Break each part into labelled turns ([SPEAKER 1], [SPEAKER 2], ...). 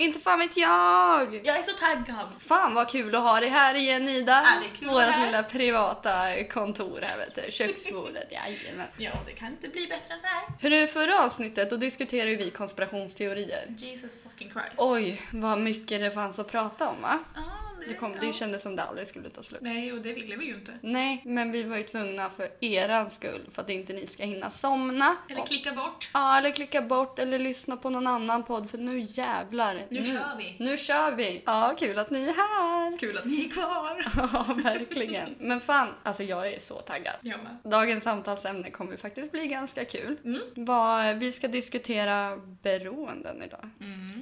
[SPEAKER 1] inte fan vet jag!
[SPEAKER 2] Jag är så taggad.
[SPEAKER 1] Fan vad kul att ha dig här igen Ida.
[SPEAKER 2] Ja, det är kul att vara
[SPEAKER 1] Vårat
[SPEAKER 2] här.
[SPEAKER 1] lilla privata kontor här vet du. Köksbordet, jajamän.
[SPEAKER 2] Ja, det kan inte bli bättre än så här.
[SPEAKER 1] Hur förra avsnittet då diskuterade ju vi konspirationsteorier.
[SPEAKER 2] Jesus fucking Christ.
[SPEAKER 1] Oj, vad mycket det fanns att prata om va?
[SPEAKER 2] Ja, det,
[SPEAKER 1] Det, kom,
[SPEAKER 2] ja.
[SPEAKER 1] det kändes som det aldrig skulle ta slut.
[SPEAKER 2] Nej, och det ville vi ju inte.
[SPEAKER 1] Nej, men vi var ju tvungna för eran skull för att inte ni ska hinna somna.
[SPEAKER 2] Eller
[SPEAKER 1] Och-
[SPEAKER 2] klicka bort.
[SPEAKER 1] Ja, eller klicka bort eller lyssna på någon annan podd för nu jävlar.
[SPEAKER 2] Nu kör vi.
[SPEAKER 1] Nu kör vi! Ja, kul att ni är här!
[SPEAKER 2] Kul att ni är kvar.
[SPEAKER 1] Ja, verkligen. Men fan, alltså jag är så taggad.
[SPEAKER 2] Jag med.
[SPEAKER 1] Dagens samtalsämne kommer ju faktiskt bli ganska kul.
[SPEAKER 2] Mm.
[SPEAKER 1] Vad, vi ska diskutera beroenden idag.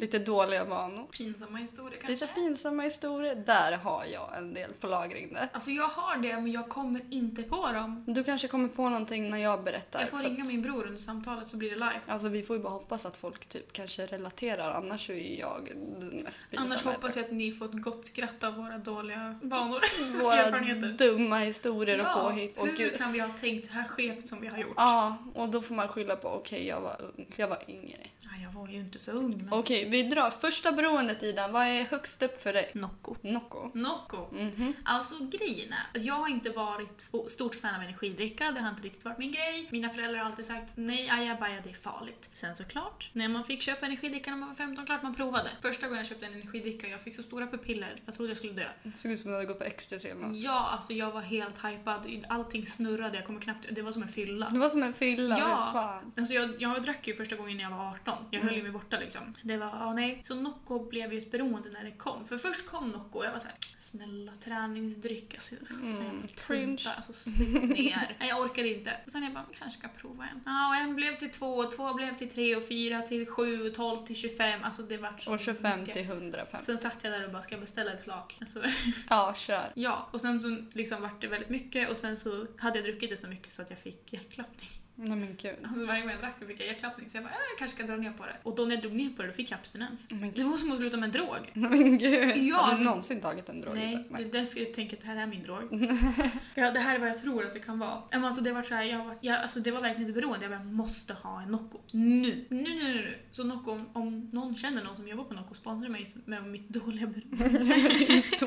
[SPEAKER 1] Lite dåliga vanor.
[SPEAKER 2] Pinsamma historier Mm. kanske.
[SPEAKER 1] Lite pinsamma historier. Där har jag en del på lagring där.
[SPEAKER 2] Alltså jag har det, men jag kommer inte på dem.
[SPEAKER 1] Du kanske kommer på någonting när jag berättar.
[SPEAKER 2] Jag får
[SPEAKER 1] för att-
[SPEAKER 2] ringa min bror under samtalet så blir det live.
[SPEAKER 1] Alltså vi får ju bara hoppas att folk typ kanske relaterar annars är ju jag den mest pinsamma.
[SPEAKER 2] Annars hoppas jag att ni får ett gott skratt av våra dåliga vanor.
[SPEAKER 1] Våra
[SPEAKER 2] erfarenheter.
[SPEAKER 1] dumma historier och påhitt. Och
[SPEAKER 2] hur
[SPEAKER 1] gud.
[SPEAKER 2] kan vi ha tänkt så här skevt som vi har gjort?
[SPEAKER 1] Ja, och då får man skylla på okej jag var ung, jag var yngre.
[SPEAKER 2] Ja, jag var ju inte så ung men...
[SPEAKER 1] Okej, vi drar första beroendet Ida. Vad är högst upp för dig?
[SPEAKER 2] Nocco.
[SPEAKER 1] Nocco?
[SPEAKER 2] Nocco.
[SPEAKER 1] Mhm.
[SPEAKER 2] Alltså grejen är, jag har inte varit så stort fan av energidricka, det har inte riktigt varit min grej. Mina föräldrar har alltid sagt nej, ajabaja, det är farligt. Sen såklart, när man fick köpa energidricka när man var 15, klart man provade. Första gången jag köpte en energidricka, jag fick så stora pupiller, jag trodde jag skulle dö.
[SPEAKER 1] Det Såg ut som att du hade gått på ecstasy eller något.
[SPEAKER 2] Ja, alltså jag var helt hypad, allting snurrade, jag kommer knappt... Det var som en fylla.
[SPEAKER 1] Det var som en fylla,
[SPEAKER 2] Ja.
[SPEAKER 1] fy fan.
[SPEAKER 2] Alltså jag, jag drack ju första gången när jag var 18. Jag
[SPEAKER 1] Mm.
[SPEAKER 2] höll ju mig borta liksom. Det var, ja nej. Så Nocco blev ju ett beroende när det kom. För först kom Nocco och jag var såhär, snälla träningsdryck. Alltså, mm,
[SPEAKER 1] cringe.
[SPEAKER 2] Alltså sitt ner. nej jag orkade inte. Sen jag bara, "Men kanske ska prova en. Ja och en blev till två, två blev till tre och fyra till sju, och tolv till 25. Alltså det vart så
[SPEAKER 1] Och 25
[SPEAKER 2] mycket.
[SPEAKER 1] till 105.
[SPEAKER 2] Sen satt jag där och bara, ska jag beställa ett flak? Alltså,
[SPEAKER 1] Ja, kör.
[SPEAKER 2] ja, och sen så liksom vart det väldigt mycket och sen så hade jag druckit det så mycket så att jag fick hjärtklappning.
[SPEAKER 1] Nej men gud.
[SPEAKER 2] Alltså varje gång jag drack så fick jag hjärtklappning så jag bara, äh, jag kanske ska dra ner på det. Och då när jag drog ner på det då fick jag abstinens.
[SPEAKER 1] Oh, men
[SPEAKER 2] Det
[SPEAKER 1] gud.
[SPEAKER 2] var som att sluta med en drog.
[SPEAKER 1] Nej, men gud.
[SPEAKER 2] Ja,
[SPEAKER 1] Har du
[SPEAKER 2] alltså-
[SPEAKER 1] någonsin tagit en drog?
[SPEAKER 2] Nej,
[SPEAKER 1] Ida?
[SPEAKER 2] det är därför jag tänker att det här är min drog. ja, det här är vad jag tror att det kan vara. Men Alltså, det, var så här, jag var, jag, alltså, det var verkligen ett beroende. Jag bara, jag måste ha en Nocco. Nu! Nu, nu, nu, nu. Så Nocco, om, om någon känner någon som jobbar på Nocco, sponsra mig med mitt dåliga beroende.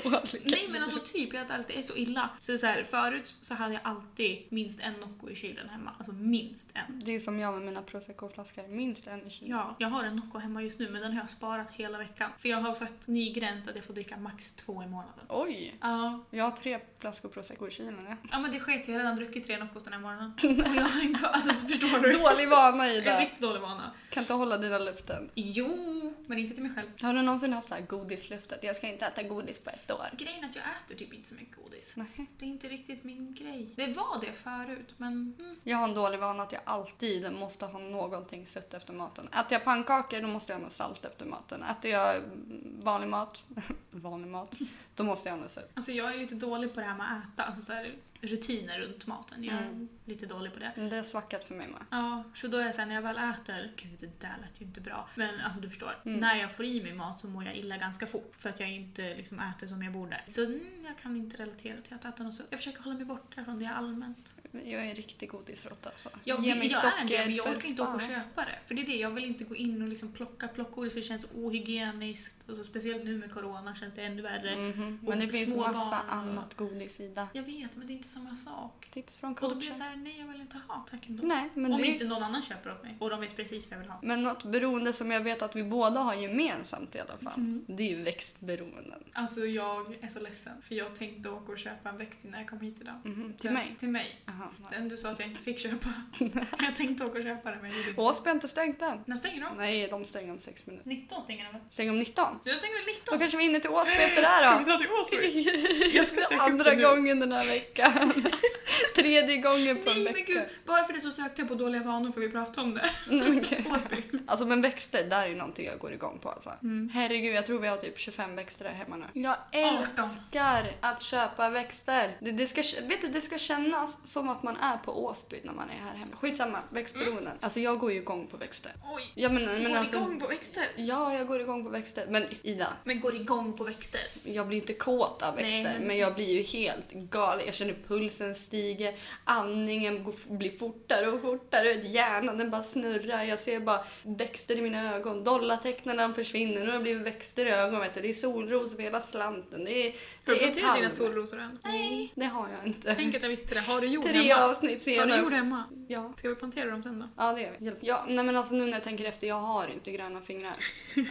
[SPEAKER 1] Dålig.
[SPEAKER 2] Nej men alltså typ, jag alltid det är så illa. Så, så här, förut så hade jag alltid minst en Nocco i kylen hemma. Alltså minst en.
[SPEAKER 1] Det är som jag med mina proseccoflaskor, minst en i kylen.
[SPEAKER 2] Ja, jag har en Nocco hemma just nu men den har jag sparat hela veckan. För jag har satt ny gräns att jag får dricka max två i månaden.
[SPEAKER 1] Oj!
[SPEAKER 2] Ja,
[SPEAKER 1] Jag har tre flaskor prosecco i kylen. Ja.
[SPEAKER 2] ja men det sket sig. Jag har redan druckit tre Noccos den här morgonen. Och jag har en kvar. Alltså förstår du?
[SPEAKER 1] Dålig vana
[SPEAKER 2] En
[SPEAKER 1] Ida!
[SPEAKER 2] riktigt dålig vana.
[SPEAKER 1] Kan inte hålla dina löften.
[SPEAKER 2] Jo, men inte till mig själv.
[SPEAKER 1] Har du någonsin haft så här godislöftet? Jag ska inte äta godis på ett år.
[SPEAKER 2] Grejen är att jag äter typ inte så mycket godis.
[SPEAKER 1] Nej.
[SPEAKER 2] Det är inte riktigt min grej. Det var det förut men... Mm.
[SPEAKER 1] Jag har en dålig vana att jag alltid måste ha någonting sött efter maten. Äter jag pannkakor då måste jag ha något salt efter maten. Äter jag mm, vanlig mat, vanlig mat, då måste jag ha något sött.
[SPEAKER 2] Alltså jag är lite dålig på det här med att äta. Alltså så här, rutiner runt maten. Jag är lite dålig på det.
[SPEAKER 1] Men Det är svackat för mig med.
[SPEAKER 2] Ja, så då är jag såhär när jag väl äter, gud det där lät ju inte bra. Men alltså du förstår,
[SPEAKER 1] Mm.
[SPEAKER 2] när jag får i mig mat så mår jag illa ganska fort för att jag inte liksom äter som jag borde. Så mm, jag kan inte relatera till att äta något sött. Jag försöker hålla mig borta från det allmänt.
[SPEAKER 1] Jag är en riktig godisråtta. Alltså.
[SPEAKER 2] Jag, jag är det, men jag
[SPEAKER 1] för
[SPEAKER 2] orkar inte åka och
[SPEAKER 1] fan.
[SPEAKER 2] köpa det. För det är det, jag vill inte gå in och liksom plocka plockgodis för det känns ohygieniskt. Och så, speciellt nu med corona känns det ännu värre.
[SPEAKER 1] Mhm,
[SPEAKER 2] Och
[SPEAKER 1] Men det finns
[SPEAKER 2] små
[SPEAKER 1] massa
[SPEAKER 2] barn och-
[SPEAKER 1] annat godis Ida.
[SPEAKER 2] Jag vet, men det är inte samma sak.
[SPEAKER 1] Tips från
[SPEAKER 2] Och då blir jag
[SPEAKER 1] coachen.
[SPEAKER 2] såhär, nej jag vill inte ha, tack ändå.
[SPEAKER 1] Nej, men
[SPEAKER 2] Om
[SPEAKER 1] det...
[SPEAKER 2] inte någon annan köper åt mig och de vet precis vad jag vill ha.
[SPEAKER 1] Men något beroende som jag vet att vi båda har gemensamt i alla fall,
[SPEAKER 2] Mm.
[SPEAKER 1] det är ju växtberoenden.
[SPEAKER 2] Alltså jag är så ledsen för jag tänkte åka och köpa en växt innan jag kom hit idag.
[SPEAKER 1] Mhm, till
[SPEAKER 2] Den-
[SPEAKER 1] mig?
[SPEAKER 2] Till mig.
[SPEAKER 1] Aha.
[SPEAKER 2] Den du sa att jag inte fick köpa. jag tänkte åka och köpa den men jag gjorde inte
[SPEAKER 1] Åsby har inte stängt än.
[SPEAKER 2] När stänger de?
[SPEAKER 1] Nej, de stänger om sex minuter.
[SPEAKER 2] 19 stänger de väl?
[SPEAKER 1] Stänger om 19.
[SPEAKER 2] Jag stänger väl 19?
[SPEAKER 1] Då kanske vi är inne till Åsby efter det
[SPEAKER 2] Ska vi
[SPEAKER 1] här då.
[SPEAKER 2] dra till Åsby? Jag ska söka upp
[SPEAKER 1] Andra
[SPEAKER 2] det nu.
[SPEAKER 1] gången den här veckan. Tredje gången på en
[SPEAKER 2] Nej
[SPEAKER 1] vecka.
[SPEAKER 2] men gud, bara för det så sökte jag på dåliga vanor för vi pratade om det.
[SPEAKER 1] Nej, men gud.
[SPEAKER 2] Åsby.
[SPEAKER 1] Alltså men växter, där är ju någonting jag går igång på alltså.
[SPEAKER 2] Mm.
[SPEAKER 1] Herregud, jag tror vi har typ 25 växter här hemma nu. Jag älskar att köpa växter. Det, det, ska, vet du, det ska kännas som att man är på Åsby när man är här hemma. Skitsamma, växtberoenden. Alltså jag går ju igång på växter.
[SPEAKER 2] Oj.
[SPEAKER 1] Ja men,
[SPEAKER 2] Men
[SPEAKER 1] men
[SPEAKER 2] går
[SPEAKER 1] alltså...
[SPEAKER 2] igång på växter.
[SPEAKER 1] Ja, jag går igång på växter. Men Ida,
[SPEAKER 2] Men går igång på växter.
[SPEAKER 1] jag blir inte kåt av växter,
[SPEAKER 2] Nej, men-
[SPEAKER 1] men jag blir ju helt galen. Jag känner pulsen stiger, andningen går, blir fortare och fortare, vet, hjärnan den bara snurrar, jag ser bara växter i mina ögon, dollartecknarna försvinner, nu har det blivit växter i ögonen, vet du. det är solros över hela slanten, det är,
[SPEAKER 2] Har du
[SPEAKER 1] det
[SPEAKER 2] planterat
[SPEAKER 1] är
[SPEAKER 2] dina
[SPEAKER 1] palmer.
[SPEAKER 2] solrosor än? Nej.
[SPEAKER 1] Det har jag inte.
[SPEAKER 2] Tänk att jag visste det. Har du jord
[SPEAKER 1] Tre
[SPEAKER 2] hemma?
[SPEAKER 1] avsnitt
[SPEAKER 2] Har du
[SPEAKER 1] senare.
[SPEAKER 2] jord hemma?
[SPEAKER 1] Ja.
[SPEAKER 2] Ska vi plantera dem sen då?
[SPEAKER 1] Ja, det gör vi. Hjälp. Ja, nej men alltså nu när jag tänker efter, jag har inte gröna fingrar.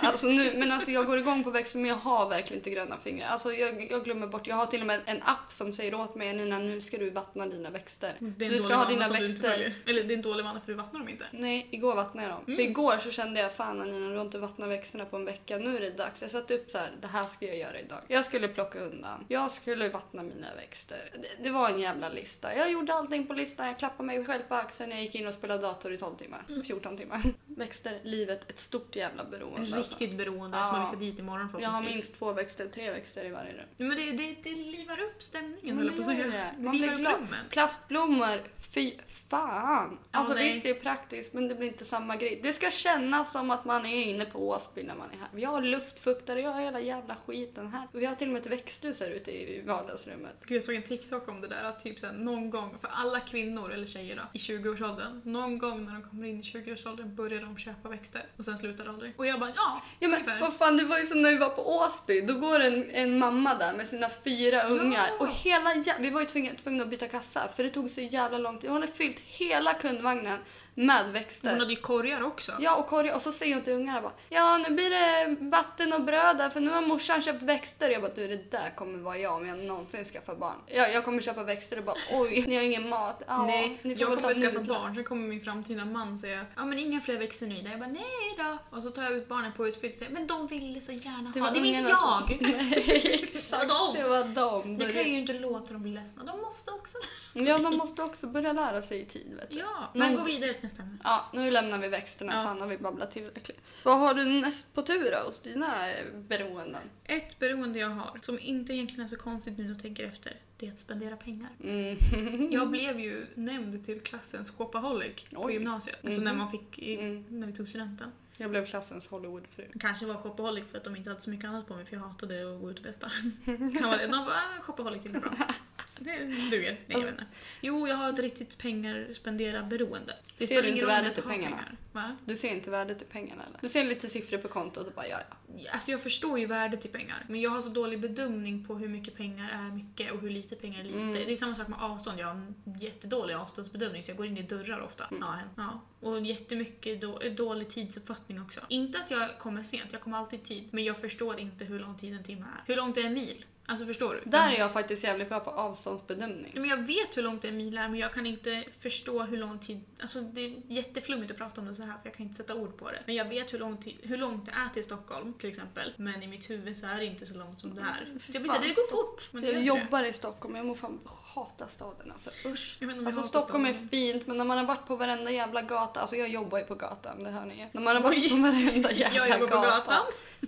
[SPEAKER 1] Alltså nu, men alltså jag går igång på växter men jag har verkligen inte gröna fingrar. Alltså jag, jag glömmer bort, jag har till och med en app som säger åt mig Nina nu ska du vattna dina växter.
[SPEAKER 2] Det är
[SPEAKER 1] Du
[SPEAKER 2] en dålig
[SPEAKER 1] ska ha
[SPEAKER 2] vana
[SPEAKER 1] dina
[SPEAKER 2] som du inte
[SPEAKER 1] växter.
[SPEAKER 2] följer. Eller det är en dålig vana för du vattnar dem inte.
[SPEAKER 1] Nej, igår vattnade jag dem. För igår så kände jag fan Nina du har inte vattnat växterna på en vecka, nu är det dags. Jag satte upp så här, det här ska jag göra idag. Jag skulle plocka undan, jag skulle vattna mina växter. Det, det var en jävla lista. Jag gjorde allting på listan, jag klappade mig själv på axeln, jag gick in och spelade dator i 12 timmar, 14 timmar. Växter, livet, ett stort jävla beroende. alltså.
[SPEAKER 2] Riktigt beroende
[SPEAKER 1] Ja.
[SPEAKER 2] som vi ska dit imorgon
[SPEAKER 1] Jag har
[SPEAKER 2] förhoppningsvis.
[SPEAKER 1] minst två växter, tre växter i varje rum.
[SPEAKER 2] Nej, Men det, det, det livar upp stämningen
[SPEAKER 1] Men
[SPEAKER 2] höll jag på att
[SPEAKER 1] det gör
[SPEAKER 2] säga.
[SPEAKER 1] det.
[SPEAKER 2] Det
[SPEAKER 1] Man blir
[SPEAKER 2] livar upp
[SPEAKER 1] glad.
[SPEAKER 2] rummen.
[SPEAKER 1] Plastblommor, fy fan! Alltså
[SPEAKER 2] nej.
[SPEAKER 1] visst, det är praktiskt men det blir inte samma grej. Det ska kännas som att man är inne på Åsby när man är här. Jag har luftfuktare, jag har hela jävla skiten här. Och vi har till och med ett växthus här ute i vardagsrummet.
[SPEAKER 2] Gud, jag såg en TikTok om det där att typ sen någon gång, för alla kvinnor eller tjejer då, i 20-årsåldern, någon gång när de kommer in i 20-årsåldern börjar de köpa växter och sen slutar det aldrig. Och jag bara ja,
[SPEAKER 1] Ja men
[SPEAKER 2] ungefär.
[SPEAKER 1] vad fan, det var ju som när vi var på Åsby. Då går en, en mamma där med sina fyra ungar och hela jä- Vi var ju tvungna, tvungna att byta kassa för det tog så jävla lång tid. Hon har fyllt hela kundvagnen med växter.
[SPEAKER 2] Hon hade ju korgar också.
[SPEAKER 1] Ja, och korg. Och så säger hon till ungarna bara Ja, nu blir det vatten och bröd där för nu har morsan köpt växter. Jag bara du det där kommer vara jag om jag någonsin skaffar barn. Jag, jag kommer köpa växter och bara oj, ni har ingen mat. Ja,
[SPEAKER 2] Nej,
[SPEAKER 1] ni får
[SPEAKER 2] jag
[SPEAKER 1] väl ta
[SPEAKER 2] kommer skaffa
[SPEAKER 1] nudlar."
[SPEAKER 2] barn, sen kommer min framtida man säga ja men inga fler växter nu Ida. Jag bara nej då. Och så tar jag ut barnen på utflykt och säger men de ville så gärna ha. Det var inte
[SPEAKER 1] ungarna som-
[SPEAKER 2] jag.
[SPEAKER 1] Nej, exakt.
[SPEAKER 2] Det var dem.
[SPEAKER 1] Det var dem.
[SPEAKER 2] Jag kan
[SPEAKER 1] Börja...
[SPEAKER 2] ju inte låta dem bli ledsna. De måste också
[SPEAKER 1] Ja, de måste också börja lära sig i tid. Vet du.
[SPEAKER 2] Ja,
[SPEAKER 1] Men-
[SPEAKER 2] men gå vidare till nästa ämne.
[SPEAKER 1] Ja, nu lämnar vi växterna.
[SPEAKER 2] Ja.
[SPEAKER 1] Fan har vi babblat tillräckligt. Vad har du näst på tur då hos dina eh, beroenden?
[SPEAKER 2] Ett beroende jag har, som inte egentligen är så konstigt nu när jag tänker efter, det är att spendera pengar.
[SPEAKER 1] Mm.
[SPEAKER 2] Jag blev ju nämnd till klassens shopaholic på
[SPEAKER 1] Oj.
[SPEAKER 2] gymnasiet. Alltså
[SPEAKER 1] Mhm.
[SPEAKER 2] när, man fick, i,
[SPEAKER 1] Mm.
[SPEAKER 2] när vi tog studenten.
[SPEAKER 1] Jag blev klassens Hollywoodfru.
[SPEAKER 2] Jag kanske var shopaholic för att de inte hade så mycket annat på mig för jag hatade att gå ut och festa. Kan vara det. De bara, "Ah, shopaholic det blir bra. Det duger. Nej, jag vet inte. Jo, jag har ett riktigt pengar spendera beroende.
[SPEAKER 1] Ser
[SPEAKER 2] spelar
[SPEAKER 1] du inte
[SPEAKER 2] ingen roll om jag
[SPEAKER 1] värdet i
[SPEAKER 2] har
[SPEAKER 1] pengarna?
[SPEAKER 2] Va?
[SPEAKER 1] Du ser inte värdet i pengarna eller? Mm. Du ser lite siffror på kontot och bara ja, ja.
[SPEAKER 2] Alltså jag förstår ju värdet i pengar, men jag har så dålig bedömning på hur mycket pengar är mycket och hur lite pengar är lite. Det är samma sak med avstånd, jag har en jättedålig avståndsbedömning så jag går in i dörrar ofta. Ja, hen. ja. Och jättemycket då, dålig tidsuppfattning också. Inte att jag kommer sent, jag kommer alltid i tid, men jag förstår inte hur lång tid en timme är. Hur långt är en mil? Alltså förstår du?
[SPEAKER 1] Där är jag faktiskt jävligt bra på avståndsbedömning.
[SPEAKER 2] Men jag vet hur långt en mil är men jag kan inte förstå hur lång tid... Alltså det är jätteflummigt att prata om det så här för jag kan inte sätta ord på det. Men jag vet hur, lång tid, hur långt det är till Stockholm till exempel. Men i mitt huvud så är det inte så långt som det är. Så jag blir såhär,
[SPEAKER 1] fan,
[SPEAKER 2] det går
[SPEAKER 1] Stockholm.
[SPEAKER 2] fort. Men det gör
[SPEAKER 1] Jag
[SPEAKER 2] inte det. Mm,
[SPEAKER 1] jobbar i Stockholm, jag mår fan hata staden alltså. Usch.
[SPEAKER 2] Jag vet inte om jag
[SPEAKER 1] Alltså
[SPEAKER 2] hatar
[SPEAKER 1] Stockholm är
[SPEAKER 2] staden.
[SPEAKER 1] fint men när man har varit på varenda jävla gata, alltså jag jobbar ju på gatan, det hör ni ju. När man har varit på varenda jävla
[SPEAKER 2] Jag jobbar på
[SPEAKER 1] gata.
[SPEAKER 2] gatan.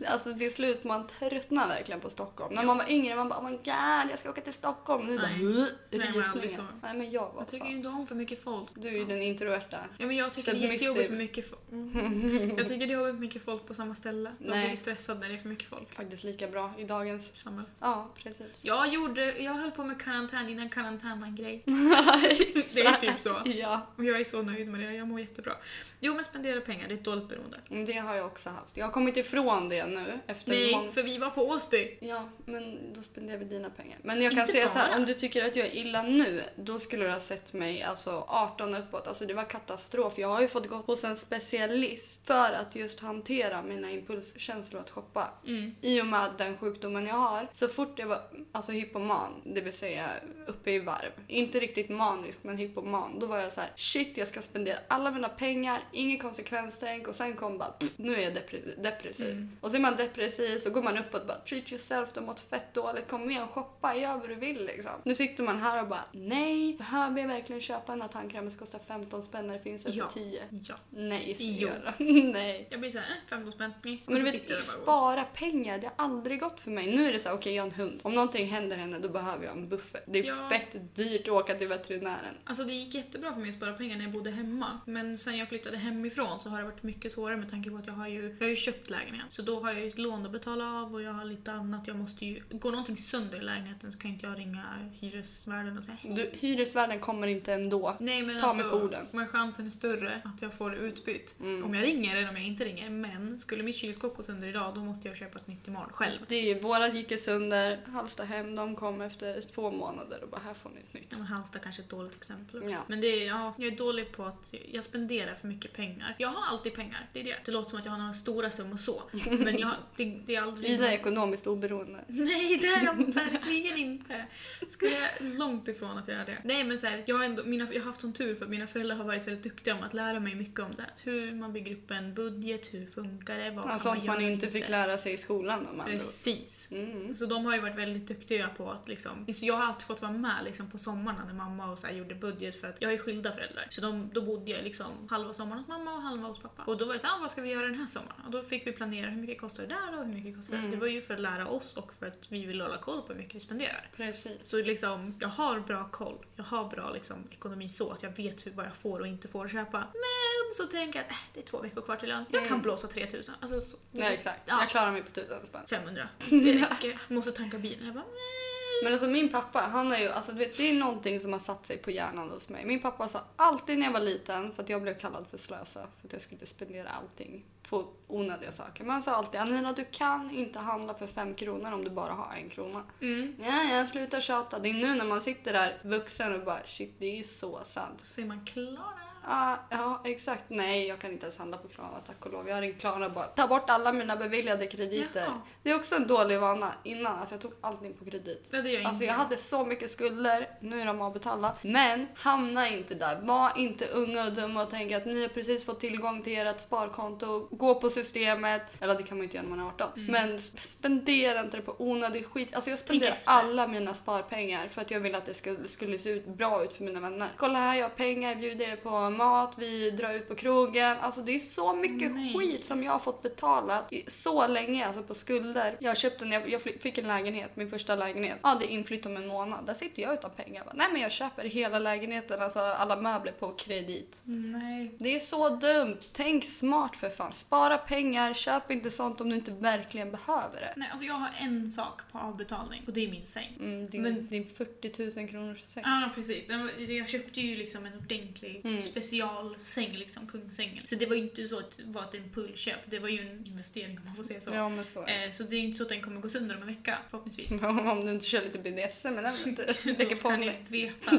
[SPEAKER 1] Alltså till slut man tröttnar verkligen på Stockholm. När man var yngre man bara oh my god jag ska åka till Stockholm. Nu bara
[SPEAKER 2] Nej.
[SPEAKER 1] "Huh",
[SPEAKER 2] men aldrig så.
[SPEAKER 1] rysningar. Nej men jag var
[SPEAKER 2] Jag tycker ju
[SPEAKER 1] så.
[SPEAKER 2] inte om för mycket folk.
[SPEAKER 1] Du är ju den introverta.
[SPEAKER 2] Ja, men jag tycker det är
[SPEAKER 1] Submissive.
[SPEAKER 2] jättejobbigt med mycket folk. Mm. Jag tycker det är jobbigt med mycket folk på samma ställe. Man
[SPEAKER 1] Nej.
[SPEAKER 2] blir stressad när det är för mycket folk.
[SPEAKER 1] Faktiskt lika bra i dagens.
[SPEAKER 2] Samma.
[SPEAKER 1] Ja precis.
[SPEAKER 2] Jag, gjorde, jag höll på med karantän innan karantän var en grej.
[SPEAKER 1] Exakt.
[SPEAKER 2] Det är typ så.
[SPEAKER 1] Ja.
[SPEAKER 2] Och jag är så nöjd med det, jag mår jättebra. Jo men spendera pengar, det är ett dåligt beroende.
[SPEAKER 1] Mm, Det har jag också haft. Jag har kommit ifrån det nu efter många...
[SPEAKER 2] Nej, för vi var på Åsby.
[SPEAKER 1] Ja, men då spenderar vi dina pengar. Men jag kan
[SPEAKER 2] Inte
[SPEAKER 1] säga så här,
[SPEAKER 2] bara.
[SPEAKER 1] om du tycker att jag är illa nu, då skulle du ha sett mig alltså 18 uppåt. Alltså det var katastrof. Jag har ju fått gå hos en specialist för att just hantera mina impulskänslor att shoppa.
[SPEAKER 2] Mm.
[SPEAKER 1] I och med den sjukdomen jag har, så fort jag var alltså hypoman, det vill säga uppe i varv, inte riktigt manisk men hypoman, då var jag så här: shit jag ska spendera alla mina pengar, ingen konsekvenstänk och sen kom bara pff, nu är jag depre- depressiv.
[SPEAKER 2] Mm.
[SPEAKER 1] Och så är man depressiv så går man uppåt och bara treat yourself, du har mått fett dåligt, kom igen shoppa, gör vad du vill liksom. Nu sitter man här och bara nej, behöver jag verkligen köpa den här tandkrämen som kostar 15 spänn när det finns en
[SPEAKER 2] Ja.
[SPEAKER 1] för 10?
[SPEAKER 2] Ja.
[SPEAKER 1] Nej
[SPEAKER 2] Jo.
[SPEAKER 1] säger jag. nej.
[SPEAKER 2] Jag blir såhär, eh, 15 spänn. Nej.
[SPEAKER 1] Men du
[SPEAKER 2] Och så sitter jag
[SPEAKER 1] vet,
[SPEAKER 2] där bara, oops.
[SPEAKER 1] spara pengar, det har aldrig gått för mig. Nu är det så här, okej jag har en hund. Om någonting händer henne då behöver jag en buffert. Det är
[SPEAKER 2] Ja.
[SPEAKER 1] fett dyrt att åka till veterinären.
[SPEAKER 2] Alltså det gick jättebra för mig att spara pengar när jag bodde hemma. Men sen jag flyttade hemifrån så har det varit mycket svårare med tanke på att jag har ju, jag har ju köpt lägenhet. Så då har har jag ju ett lån att betala av och jag har lite annat. Jag måste ju, går någonting sönder i lägenheten så kan inte jag ringa hyresvärden och säga hej.
[SPEAKER 1] Du, hyresvärden kommer inte ändå.
[SPEAKER 2] Mm. Nej men
[SPEAKER 1] Ta mig
[SPEAKER 2] alltså,
[SPEAKER 1] på orden.
[SPEAKER 2] men chansen är större att jag får det utbytt
[SPEAKER 1] Mm.
[SPEAKER 2] om jag ringer än om jag inte ringer. Men skulle mitt kylskåp gå sönder idag då måste jag köpa ett nytt imorgon själv.
[SPEAKER 1] Det är ju, vårat gick ju sönder, Hallstahem, de kom efter två månader och bara här får ni ett nytt.
[SPEAKER 2] Ja, men Halmstad kanske är ett dåligt exempel. också.
[SPEAKER 1] Ja.
[SPEAKER 2] Men det är, ja, jag är dålig på att jag spenderar för mycket pengar. Jag har alltid pengar. Det, är det. det låter som att jag har några stora summor så. Men jag, det, det är aldrig...
[SPEAKER 1] Ida är ekonomiskt oberoende.
[SPEAKER 2] Nej, det är jag verkligen inte. Skulle jag långt ifrån att jag är det. Nej, men så här, jag, har ändå, mina, jag har haft sån tur för att mina föräldrar har varit väldigt duktiga om att lära mig mycket om det här. Hur man bygger upp en budget, hur funkar det, vad
[SPEAKER 1] Ja,
[SPEAKER 2] kan
[SPEAKER 1] Sånt
[SPEAKER 2] man
[SPEAKER 1] Alltså, man
[SPEAKER 2] göra
[SPEAKER 1] inte fick lära sig i skolan om andra ord.
[SPEAKER 2] Precis.
[SPEAKER 1] Mm.
[SPEAKER 2] Så de har ju varit väldigt duktiga på att liksom, så jag har alltid fått vara med liksom på sommarna när mamma och så här gjorde budget för att jag är skilda föräldrar. Så de, då bodde jag liksom halva sommaren hos mamma och halva hos pappa. Och då var det så här, "Ah, vad ska vi göra den här sommaren? Och då fick vi planera hur mycket kostar det där och hur mycket kostar det
[SPEAKER 1] Mm.
[SPEAKER 2] där. Det var ju för att lära oss och för att vi vill hålla koll på hur mycket vi spenderar.
[SPEAKER 1] Precis.
[SPEAKER 2] Så liksom, jag har bra koll. Jag har bra liksom, ekonomi så att jag vet hur, vad jag får och inte får köpa. Men så tänker jag att äh, det är två veckor kvar till lön. Jag kan
[SPEAKER 1] Mm.
[SPEAKER 2] blåsa 3000. Alltså, så,
[SPEAKER 1] Nej exakt,
[SPEAKER 2] Ja.
[SPEAKER 1] jag klarar mig på tusen spänn.
[SPEAKER 2] 500. Det räcker. Måste tanka bilen. Jag bara,
[SPEAKER 1] Men alltså min pappa, han är ju, alltså du vet, det är någonting som har satt sig på hjärnan hos mig. Min pappa sa alltid när jag var liten, för att jag blev kallad för slösa, för att jag skulle spendera allting på onödiga saker. Men han sa alltid Anina du kan inte handla för fem kronor om du bara har en krona.
[SPEAKER 2] Mm.
[SPEAKER 1] Ja, jag slutar tjata. Det är nu när man sitter där vuxen och bara shit det är ju så sant.
[SPEAKER 2] Så är man Klara.
[SPEAKER 1] Ja, ja, exakt. Nej, jag kan inte ens handla på Klarna, tack och lov. Jag har ringt Klarna och bara ta bort alla mina beviljade krediter.
[SPEAKER 2] Jaha.
[SPEAKER 1] Det är också en dålig vana innan. Alltså, jag tog allting på kredit.
[SPEAKER 2] Ja, det gör jag
[SPEAKER 1] Alltså
[SPEAKER 2] inte.
[SPEAKER 1] jag hade så mycket skulder, nu är de avbetalda. Men hamna inte där. Var inte unga och dumma och tänk att ni har precis fått tillgång till ert sparkonto. Gå på systemet. Eller det kan man ju inte göra när man är 18.
[SPEAKER 2] Mm.
[SPEAKER 1] Men sp- spendera inte det på onödig skit. Alltså jag spenderar
[SPEAKER 2] efter.
[SPEAKER 1] alla mina sparpengar för att jag vill att det skulle, skulle se ut bra ut för mina vänner. Kolla här, jag har pengar, jag bjuder er på mat, vi drar ut på krogen. Alltså det är så mycket
[SPEAKER 2] Nej.
[SPEAKER 1] skit som jag har fått betala i så länge, alltså på skulder. Jag köpte när jag, jag fly- fick en lägenhet, min första lägenhet. Ja, det är inflytt om en månad. Där sitter jag utan pengar. Jag bara, Nej, men jag köper hela lägenheten, alltså alla möbler på kredit.
[SPEAKER 2] Nej.
[SPEAKER 1] Det är så dumt. Tänk smart för fan. Spara pengar, köp inte sånt om du inte verkligen behöver det.
[SPEAKER 2] Nej, alltså jag har en sak på avbetalning och det är min säng.
[SPEAKER 1] Mm, din,
[SPEAKER 2] Men-
[SPEAKER 1] din 40 000 kronors säng.
[SPEAKER 2] Ja precis, Den var- jag köpte ju liksom en ordentlig
[SPEAKER 1] Mm.
[SPEAKER 2] specialsäng, liksom kungsängen. Så det var ju inte så att det var ett impulsköp, det var ju en investering om man får säga så.
[SPEAKER 1] Ja, Mm. men så är det.
[SPEAKER 2] Eh, så det är ju inte så att den kommer gå sönder om en vecka förhoppningsvis.
[SPEAKER 1] Om du inte kör lite BDSM, men den lägger
[SPEAKER 2] Då
[SPEAKER 1] på
[SPEAKER 2] kan ni
[SPEAKER 1] mig.
[SPEAKER 2] veta. Då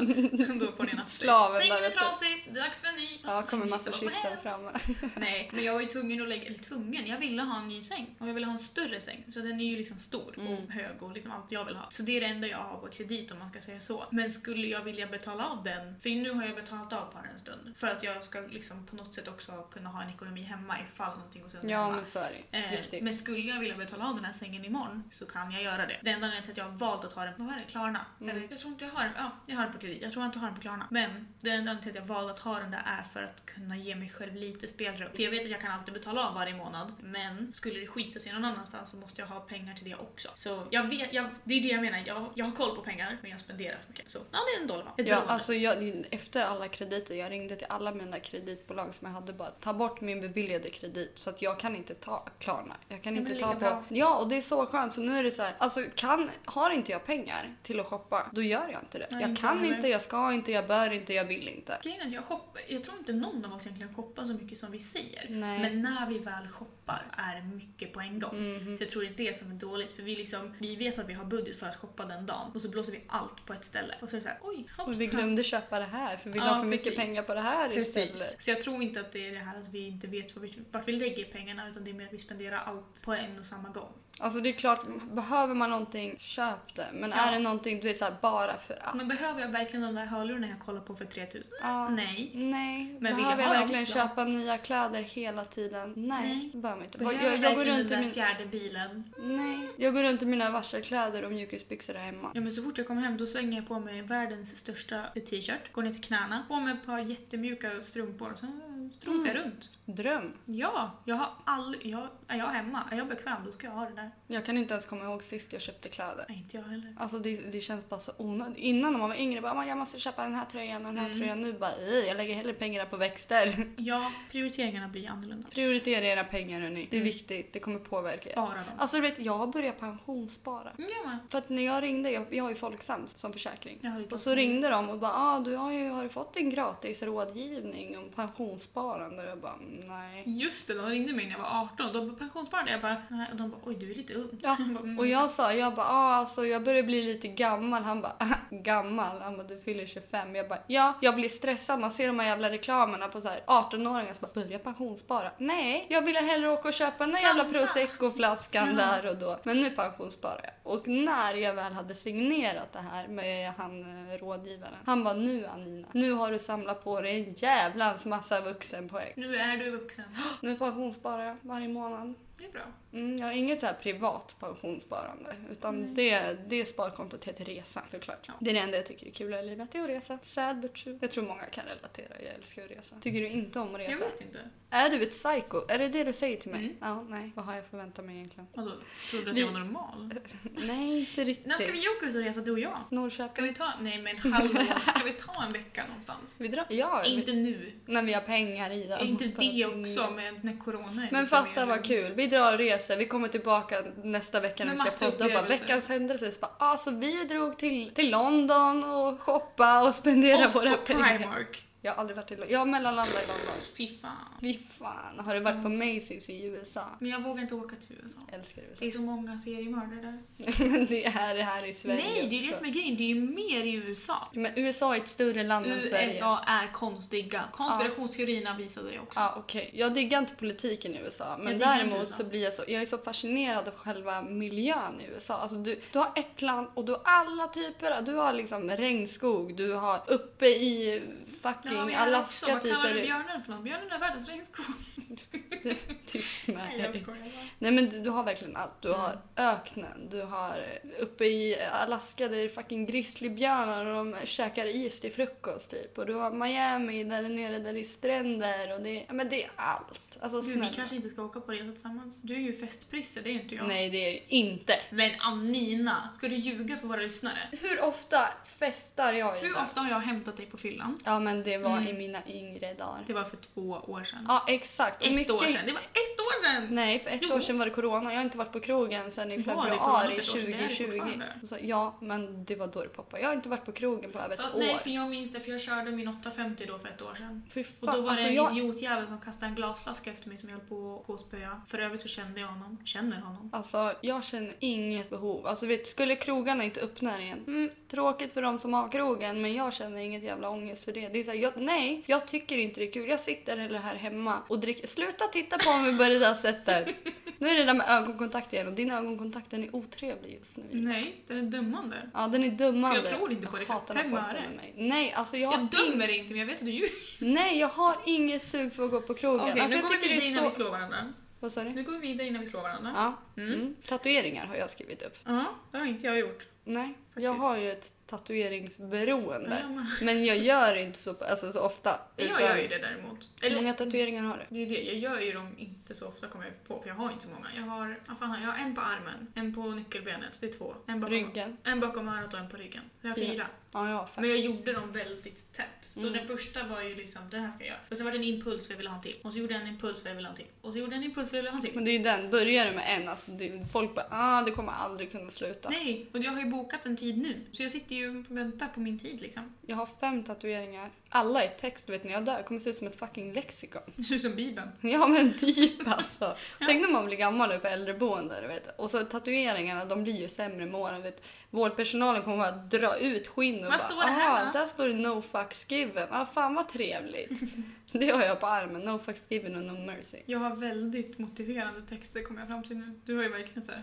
[SPEAKER 2] får ni en update.
[SPEAKER 1] Slaven där
[SPEAKER 2] Sängen är
[SPEAKER 1] ute.
[SPEAKER 2] trasig, det är dags för en ny.
[SPEAKER 1] Ja, kommer
[SPEAKER 2] Ni gissar vad som
[SPEAKER 1] masochisten
[SPEAKER 2] hänt.
[SPEAKER 1] fram.
[SPEAKER 2] Nej, men jag var ju tvungen att lägga, eller tvungen, jag ville ha en ny säng. Och jag ville ha en större säng. Så den är ju liksom stor och
[SPEAKER 1] Mm.
[SPEAKER 2] hög och liksom allt jag vill ha. Så det är det enda jag har på kredit om man ska säga så. Men skulle jag vilja betala av den, för nu har jag betalat av på den en stund. För att jag ska liksom på något sätt också kunna ha en ekonomi hemma ifall någonting går sönder
[SPEAKER 1] Ja,
[SPEAKER 2] hemma.
[SPEAKER 1] men så är det.
[SPEAKER 2] Eh,
[SPEAKER 1] Viktigt.
[SPEAKER 2] Men skulle jag vilja betala av den här sängen imorgon så kan jag göra det. Det enda anledningen till att jag har valt att ha den, vad var det, Klarna?
[SPEAKER 1] Mm.
[SPEAKER 2] Eller, jag tror inte jag har den, ja jag har den på kredit. Jag tror inte jag har den på Klarna. Men det enda anledningen till att jag valde att ha den där är för att kunna ge mig själv lite spelrum. För jag vet att jag kan alltid betala av varje månad men skulle det skita sig någon annanstans så måste jag ha pengar till det också. Så jag vet, jag, det är det jag menar. Jag, jag har koll på pengar men jag spenderar för mycket. Så ja, det är en dålig vana. Ett
[SPEAKER 1] Ja,
[SPEAKER 2] beroende.
[SPEAKER 1] alltså jag, efter alla krediter, jag ringde till alla mina kreditbolag som jag hade bara ta bort min beviljade kredit så att jag kan inte ta Klarna. Jag kan
[SPEAKER 2] Ja,
[SPEAKER 1] inte
[SPEAKER 2] men
[SPEAKER 1] ta
[SPEAKER 2] lika
[SPEAKER 1] på...
[SPEAKER 2] bra.
[SPEAKER 1] Ja, och det är så skönt för nu är det så här, alltså kan, har inte jag pengar till att shoppa, då gör jag inte det.
[SPEAKER 2] Nej,
[SPEAKER 1] jag
[SPEAKER 2] inte jag
[SPEAKER 1] kan
[SPEAKER 2] heller.
[SPEAKER 1] inte, jag ska inte, jag bör inte, jag vill inte.
[SPEAKER 2] Grejen är att jag, shoppar, jag tror inte någon av oss egentligen shoppar så mycket som vi säger.
[SPEAKER 1] Nej.
[SPEAKER 2] Men när vi väl shoppar är det mycket på en gång.
[SPEAKER 1] Mhm.
[SPEAKER 2] Så jag tror det är det som är dåligt. För vi, liksom, vi vet att vi har budget för att shoppa den dagen och så blåser vi allt på ett ställe. Och så är det såhär, oj, hoppsan.
[SPEAKER 1] Och vi glömde köpa det här för vi
[SPEAKER 2] Ja,
[SPEAKER 1] la för mycket
[SPEAKER 2] precis.
[SPEAKER 1] pengar på det här
[SPEAKER 2] Precis.
[SPEAKER 1] istället.
[SPEAKER 2] Så jag tror inte att det är det här att vi inte vet vart vi, vart vi lägger pengarna utan det är mer att vi spenderar allt på en och samma gång.
[SPEAKER 1] Alltså det är klart, behöver man någonting, köp det. Men
[SPEAKER 2] Ja.
[SPEAKER 1] är det någonting du vet så här, bara för att?
[SPEAKER 2] Men behöver jag verkligen de där hörlurarna jag kollar på för 3000?
[SPEAKER 1] Ja.
[SPEAKER 2] Nej.
[SPEAKER 1] Nej.
[SPEAKER 2] Men vill
[SPEAKER 1] behöver
[SPEAKER 2] jag
[SPEAKER 1] jag,
[SPEAKER 2] ha dem?
[SPEAKER 1] verkligen
[SPEAKER 2] Ja.
[SPEAKER 1] köpa nya kläder hela tiden? Nej,
[SPEAKER 2] Nej.
[SPEAKER 1] det behöver man inte.
[SPEAKER 2] Behöver
[SPEAKER 1] jag,
[SPEAKER 2] jag
[SPEAKER 1] jag, går
[SPEAKER 2] verkligen
[SPEAKER 1] runt i
[SPEAKER 2] den där
[SPEAKER 1] min...
[SPEAKER 2] fjärde bilen?
[SPEAKER 1] Nej. Jag går runt i mina varselkläder och mjukisbyxor här hemma.
[SPEAKER 2] Ja men så fort jag kommer hem då slänger jag på mig världens största t-shirt, går ner till knäna, på mig ett par
[SPEAKER 1] Mm.
[SPEAKER 2] jättemjuka strumpor och sen strosar jag runt.
[SPEAKER 1] Dröm.
[SPEAKER 2] Ja, jag har aldrig, jag Är jag hemma? Är jag bekväm? Då ska jag ha det där.
[SPEAKER 1] Jag kan inte ens komma ihåg sist jag köpte kläder.
[SPEAKER 2] Nej, inte jag heller.
[SPEAKER 1] Alltså det, det känns bara så onödigt. Innan när man var yngre bara "Man, jag måste köpa den här tröjan och den här tröjan. Nu bara "Ej, jag lägger hellre pengarna på växter.
[SPEAKER 2] Ja, prioriteringarna blir annorlunda.
[SPEAKER 1] Prioritera era pengar hörni. Det är viktigt, det kommer påverka er.
[SPEAKER 2] Spara dem.
[SPEAKER 1] Alltså du vet, jag har börjat pensionsspara.
[SPEAKER 2] Mm, jag med.
[SPEAKER 1] För att när jag ringde, jag, jag har ju Folksam som försäkring.
[SPEAKER 2] Jag har lite
[SPEAKER 1] Och så ringde de och bara ah, du har ju har du fått en gratis rådgivning om pensionssparande. Och jag bara nej.
[SPEAKER 2] Just det, de ringde mig när jag var 18 de bara pensionssparade. Jag bara, nej. Och de bara, oj du är lite ung.
[SPEAKER 1] Ja,
[SPEAKER 2] Jag bara, mm.
[SPEAKER 1] och jag sa, jag bara ah, alltså jag börjar bli lite gammal. Han bara gammal? Han bara du fyller 25. Jag bara ja, jag blir stressad. Man ser de här jävla reklamerna på så här 18-åringar som bara börja pensionsspara. Nej, jag ville hellre åka och köpa den där jävla
[SPEAKER 2] Vänta.
[SPEAKER 1] proseccoflaskan
[SPEAKER 2] Ja.
[SPEAKER 1] där och då. Men nu pensionssparar jag. Och när jag väl hade signerat det här med han eh, rådgivaren. Han bara nu Anina, nu har du samlat på dig en jävlans massa vuxenpoäng.
[SPEAKER 2] Nu är du vuxen.
[SPEAKER 1] Nu pensionssparar jag varje månad.
[SPEAKER 2] Det är bra.
[SPEAKER 1] Mm, jag har inget så här privat pensionssparande utan det, det sparkontot heter resa såklart.
[SPEAKER 2] Ja.
[SPEAKER 1] Det är det enda jag tycker är kul i livet, det är att resa. Sad but true. Jag tror många kan relatera, jag älskar att resa. Tycker du inte om att
[SPEAKER 2] Jag
[SPEAKER 1] resa?
[SPEAKER 2] vet inte.
[SPEAKER 1] Är du ett psycho? Är det det du säger till mig?
[SPEAKER 2] Mm.
[SPEAKER 1] Ja, nej. Vad har jag förväntat mig egentligen?
[SPEAKER 2] Vadå, trodde du att
[SPEAKER 1] Vi- Typ.
[SPEAKER 2] jag var normal?
[SPEAKER 1] Nej, inte riktigt.
[SPEAKER 2] När ska vi åka ut och resa du och jag? Ska
[SPEAKER 1] Norrköping?
[SPEAKER 2] vi ta, nej men hallå, ska vi ta en vecka någonstans?
[SPEAKER 1] Vi drar? Ja,
[SPEAKER 2] Inte nu.
[SPEAKER 1] vi, när vi har pengar i det.
[SPEAKER 2] Inte
[SPEAKER 1] Måste ha
[SPEAKER 2] det
[SPEAKER 1] pengar.
[SPEAKER 2] också med när corona är
[SPEAKER 1] Men
[SPEAKER 2] lite
[SPEAKER 1] fatta
[SPEAKER 2] mer
[SPEAKER 1] vad
[SPEAKER 2] lugnt.
[SPEAKER 1] kul. Vi drar och reser. Vi kommer tillbaka nästa vecka när
[SPEAKER 2] Med
[SPEAKER 1] vi
[SPEAKER 2] massa
[SPEAKER 1] ska podda och bara
[SPEAKER 2] upplevelser.
[SPEAKER 1] veckans händelser. Så bara, ah, så vi drog till, till London och shoppa och spendera
[SPEAKER 2] Oss
[SPEAKER 1] våra
[SPEAKER 2] på
[SPEAKER 1] pengar.
[SPEAKER 2] Primark.
[SPEAKER 1] Jag har aldrig varit i London. Jag har mellanlandat i London.
[SPEAKER 2] Fy fan.
[SPEAKER 1] Fy fan. Har du varit
[SPEAKER 2] Mm.
[SPEAKER 1] på Macy's i USA?
[SPEAKER 2] Men jag vågar inte åka till USA.
[SPEAKER 1] Älskar USA.
[SPEAKER 2] Det är så många seriemördare där.
[SPEAKER 1] Men det är det här i Sverige
[SPEAKER 2] Nej, det är det
[SPEAKER 1] också.
[SPEAKER 2] som är grejen. Det är ju mer i USA.
[SPEAKER 1] Men USA är ett större land än Sverige.
[SPEAKER 2] USA är konstiga. Konspirationsteorierna visade det också.
[SPEAKER 1] Ja, okej. Jag diggar inte politiken i USA, men
[SPEAKER 2] Jag diggar inte
[SPEAKER 1] däremot
[SPEAKER 2] USA.
[SPEAKER 1] så blir jag så, jag är så fascinerad av själva miljön i USA. Alltså du, du har ett land och du har alla typer. Du har liksom regnskog, du har uppe i fucking
[SPEAKER 2] men också,
[SPEAKER 1] Alaska typ
[SPEAKER 2] Vad kallar du
[SPEAKER 1] typer.
[SPEAKER 2] björnen för något? Björnen är världens regnskog.
[SPEAKER 1] Tyst med
[SPEAKER 2] Nej,
[SPEAKER 1] dig.
[SPEAKER 2] jag skojar Mm. bara.
[SPEAKER 1] Nej men du, du har verkligen allt. Du har öknen, du har eh, uppe i Alaska där det är fucking grizzlybjörnar och de käkar is till frukost typ. Och du har Miami där nere där det är stränder och det, ja, men det är allt. Alltså
[SPEAKER 2] Du, vi
[SPEAKER 1] snälla.
[SPEAKER 2] kanske inte ska åka på resa tillsammans. Du är ju festprisse, det är inte jag.
[SPEAKER 1] Nej, det är jag inte.
[SPEAKER 2] Men Amnina, ska du ljuga för våra lyssnare?
[SPEAKER 1] Hur ofta festar jag i
[SPEAKER 2] Hur
[SPEAKER 1] det?
[SPEAKER 2] ofta har jag hämtat dig på fyllan?
[SPEAKER 1] Ja, men det var i mina yngre dagar.
[SPEAKER 2] Det var för två år sedan.
[SPEAKER 1] Ja, exakt. Och
[SPEAKER 2] ett år sedan. Det var ett år sedan!
[SPEAKER 1] Nej, för ett
[SPEAKER 2] Jo.
[SPEAKER 1] år sedan var det corona. Jag har inte varit på krogen sedan i
[SPEAKER 2] Var det corona för
[SPEAKER 1] februari
[SPEAKER 2] ett år sedan? Det är det
[SPEAKER 1] 2020.
[SPEAKER 2] fortfarande.
[SPEAKER 1] Och Så, ja, men det var då det poppade. Jag har inte varit på krogen på över ett
[SPEAKER 2] För,
[SPEAKER 1] år.
[SPEAKER 2] nej, för jag minns det för jag körde min 850 då för ett år sedan.
[SPEAKER 1] Fy
[SPEAKER 2] Och
[SPEAKER 1] fan,
[SPEAKER 2] då var
[SPEAKER 1] alltså
[SPEAKER 2] det en
[SPEAKER 1] jag...
[SPEAKER 2] idiotjävel som kastade en glasflaska efter mig som jag höll på att gå och spöa. För övrigt så kände jag honom. Känner honom.
[SPEAKER 1] Alltså, jag känner inget behov. Alltså, vet, skulle krogarna inte öppna igen? Mm, tråkigt för de som har krogen, men jag känner inget jävla ångest för det. det är så här, jag, nej, jag tycker inte det är kul. Jag sitter hellre här hemma och dricker. Sluta titta på mig på det där sättet. Nu är det där med ögonkontakt igen och din ögonkontakt den är otrevlig just nu.
[SPEAKER 2] Nej, det är dömande.
[SPEAKER 1] Ja, den är dömande.
[SPEAKER 2] Mm. För jag tror inte på det,
[SPEAKER 1] Jag
[SPEAKER 2] för
[SPEAKER 1] hatar
[SPEAKER 2] fem
[SPEAKER 1] när folk
[SPEAKER 2] öre.
[SPEAKER 1] dömer mig. Nej, alltså jag, har
[SPEAKER 2] Jag
[SPEAKER 1] ing-
[SPEAKER 2] dömer dig inte men jag vet att du ljuger.
[SPEAKER 1] nej, jag har inget sug för att gå på krogen.
[SPEAKER 2] Okej,
[SPEAKER 1] alltså,
[SPEAKER 2] nu
[SPEAKER 1] jag
[SPEAKER 2] går vi
[SPEAKER 1] tycker det
[SPEAKER 2] vidare innan
[SPEAKER 1] är
[SPEAKER 2] vi
[SPEAKER 1] så...
[SPEAKER 2] slår varandra.
[SPEAKER 1] Vad sa du?
[SPEAKER 2] Nu går vi vidare innan vi slår varandra.
[SPEAKER 1] Ja. Mm. Tatueringar har jag skrivit upp.
[SPEAKER 2] Ja, det har inte jag gjort.
[SPEAKER 1] Nej, jag
[SPEAKER 2] Faktiskt.
[SPEAKER 1] har ju ett tatueringsberoende.
[SPEAKER 2] Ja, men-
[SPEAKER 1] Men jag gör inte så, alltså, så ofta.
[SPEAKER 2] Jag
[SPEAKER 1] utan-
[SPEAKER 2] gör ju det däremot.
[SPEAKER 1] Hur
[SPEAKER 2] Eller
[SPEAKER 1] många tatueringar har du?
[SPEAKER 2] Det är ju det, jag gör ju dem inte så ofta kommer jag på för jag har inte så många. Jag har, vad fan, har jag Jag har en på armen, en på nyckelbenet, det är två. En bakom,
[SPEAKER 1] Ryggen?
[SPEAKER 2] En bakom örat och en på ryggen. Jag har
[SPEAKER 1] Fyra.
[SPEAKER 2] fyra.
[SPEAKER 1] Ja, jag har fem.
[SPEAKER 2] Men jag gjorde dem väldigt tätt. Så den första var ju liksom, den här ska jag göra. Och så var det en impuls för jag ville ha en till. Och så gjorde jag en impuls för jag ville ha en till. Och så gjorde jag en impuls för jag ville ha en till.
[SPEAKER 1] Men det är ju den, börjar du med en, alltså det, folk bara ah, det kommer aldrig kunna sluta.
[SPEAKER 2] Nej, och jag har ju bokat en tid nu. Så jag sitter ju och väntar på min tid liksom.
[SPEAKER 1] Jag har fem tatueringar. Alla är text, du vet när jag dör kommer det se ut som ett fucking lexikon.
[SPEAKER 2] Det ser ut som Bibeln.
[SPEAKER 1] Ja men typ alltså. Tänk när man blir gammal och är på äldreboende. Du vet. Och så tatueringarna, de blir ju sämre med åren. du Vet. Vårdpersonalen kommer bara dra ut skinn och
[SPEAKER 2] Vad
[SPEAKER 1] bara
[SPEAKER 2] står det här
[SPEAKER 1] "Ah,
[SPEAKER 2] då?"
[SPEAKER 1] där står det no fucks given. Ah, fan vad trevligt. det har jag på armen, no fucks given och no mercy.
[SPEAKER 2] Jag har väldigt motiverande texter kommer jag fram till nu. Du har ju verkligen så här.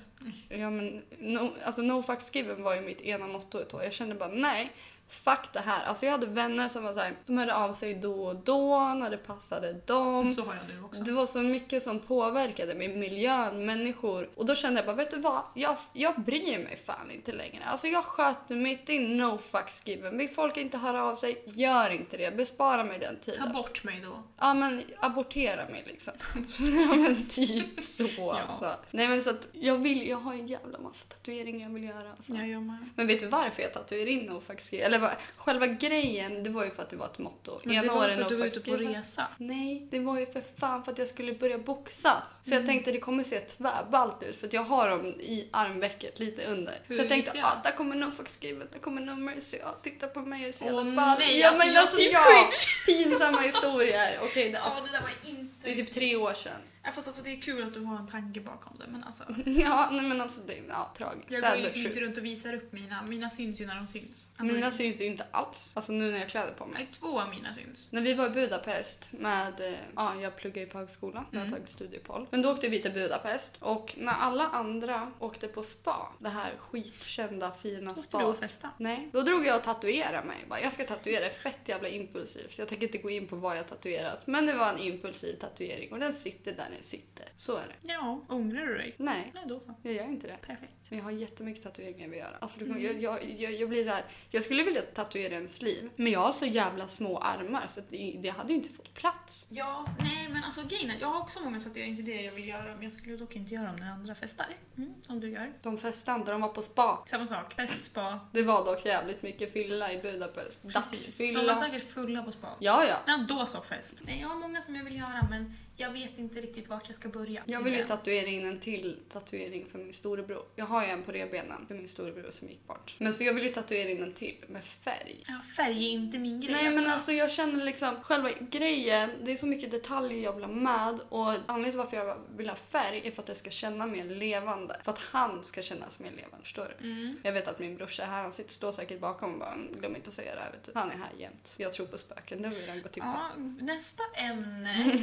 [SPEAKER 1] Ja men no, alltså no fucks given var ju mitt ena motto ett tag. Jag kände bara nej, Fuck det här. Alltså jag hade vänner som var så här, de hörde av sig då och då när det passade dem.
[SPEAKER 2] Så har jag nu också.
[SPEAKER 1] Det var så mycket som påverkade mig, miljön, människor. Och då kände jag bara, vet du vad? Jag, jag bryr mig fan inte längre. Alltså jag sköter mitt, det är no fucks given. Vill folk inte höra av sig, gör inte det. Bespara mig den
[SPEAKER 2] Ta
[SPEAKER 1] tiden.
[SPEAKER 2] bort mig då.
[SPEAKER 1] Ja men abortera mig liksom. ja men typ så alltså. Nej men så att jag vill, jag har en jävla massa tatueringar jag vill göra alltså.
[SPEAKER 2] Jag gör med.
[SPEAKER 1] Men vet du varför jag tatuerade in no fucks given? Eller vad, själva grejen, det var ju för att det var ett motto.
[SPEAKER 2] Men det
[SPEAKER 1] Ena
[SPEAKER 2] var
[SPEAKER 1] året
[SPEAKER 2] för
[SPEAKER 1] no
[SPEAKER 2] att du var
[SPEAKER 1] fucks
[SPEAKER 2] ute på
[SPEAKER 1] given.
[SPEAKER 2] resa.
[SPEAKER 1] Nej, det var ju för fan för att jag skulle börja boxas. Så
[SPEAKER 2] Mm.
[SPEAKER 1] jag tänkte det kommer se tvärballt ut för att jag har dem i armväcket lite under.
[SPEAKER 2] Hur
[SPEAKER 1] så jag tänkte
[SPEAKER 2] viktiga?
[SPEAKER 1] ah, där kommer no fucks given, där kommer no mercy. Ah, titta på mig jag är så
[SPEAKER 2] Åh,
[SPEAKER 1] jävla
[SPEAKER 2] nej,
[SPEAKER 1] ball. ja,
[SPEAKER 2] alltså,
[SPEAKER 1] men
[SPEAKER 2] jag
[SPEAKER 1] alltså
[SPEAKER 2] typ
[SPEAKER 1] ja, pinsamma historier. Okej, det,
[SPEAKER 2] Ja, det där var inte...
[SPEAKER 1] det är typ tre år sedan.
[SPEAKER 2] Ja, fast alltså det är kul att du har en tanke bakom det men alltså.
[SPEAKER 1] Ja, nej men alltså det är ja, tragiskt.
[SPEAKER 2] Jag går ju
[SPEAKER 1] Sad
[SPEAKER 2] liksom
[SPEAKER 1] but
[SPEAKER 2] inte
[SPEAKER 1] true.
[SPEAKER 2] runt och visar upp mina. Mina syns ju när de syns. Alltså,
[SPEAKER 1] Mina syns ju inte alls. Alltså nu när jag har kläder på mig.
[SPEAKER 2] Nej, två av mina syns.
[SPEAKER 1] När vi var i Budapest med, eh, ja jag pluggar ju på högskolan, jag
[SPEAKER 2] Mm.
[SPEAKER 1] har tagit studiepoll. Men då åkte vi till Budapest och när alla andra åkte på spa, det här skitkända fina
[SPEAKER 2] Åkte du och
[SPEAKER 1] spat.
[SPEAKER 2] festa?
[SPEAKER 1] Nej, då drog jag och tatuerade mig. Bara, jag ska tatuera, fett jävla impulsivt. Jag tänker inte gå in på vad jag tatuerat. Men det var en impulsiv tatuering och den sitter där den sitter. Så är det.
[SPEAKER 2] Ja, ångrar du dig?
[SPEAKER 1] Nej,
[SPEAKER 2] Nej, då så.
[SPEAKER 1] jag gör inte det.
[SPEAKER 2] Perfekt.
[SPEAKER 1] Men jag har jättemycket tatueringar jag vill göra. Alltså, det kommer- jag, jag, jag, jag blir så här, jag skulle vilja tatuera en sliv, men jag har så jävla små armar så att det, det hade ju inte fått plats.
[SPEAKER 2] Ja, nej men alltså grejen är- jag har också många tatueringsidéer jag vill göra men jag skulle dock inte göra dem när andra festar. Mm, som du gör.
[SPEAKER 1] De festade inte, de var på spa.
[SPEAKER 2] Samma sak. Fest, spa.
[SPEAKER 1] Det var dock jävligt mycket fylla i Budapest.
[SPEAKER 2] Precis. De var
[SPEAKER 1] Dagsfylla.
[SPEAKER 2] säkert fulla på spa.
[SPEAKER 1] Ja, ja.
[SPEAKER 2] Ja, då så fest. Nej, jag har många som jag vill göra men jag vet inte riktigt vart jag ska börja.
[SPEAKER 1] Jag vill ju
[SPEAKER 2] Det.
[SPEAKER 1] tatuera in en till tatuering för min storebror. Jag har ju en på revbenen för min storebror som gick bort. Men så jag vill ju tatuera in en till med färg.
[SPEAKER 2] Ja, färg är inte min grej
[SPEAKER 1] Nej men alltså jag känner liksom själva grejen, det är så mycket detaljer jag vill ha med och anledningen till varför jag vill ha färg är för att det ska känna mer levande. För att han ska kännas mer levande, förstår du?
[SPEAKER 2] Mm.
[SPEAKER 1] Jag vet att min brorsa är här, han sitter, står säkert bakom och bara "Mm, glöm inte att säga det här vet du. Han är här jämt. Jag tror på spöken, det har vi redan gått in på.
[SPEAKER 2] Ja, nästa ämne.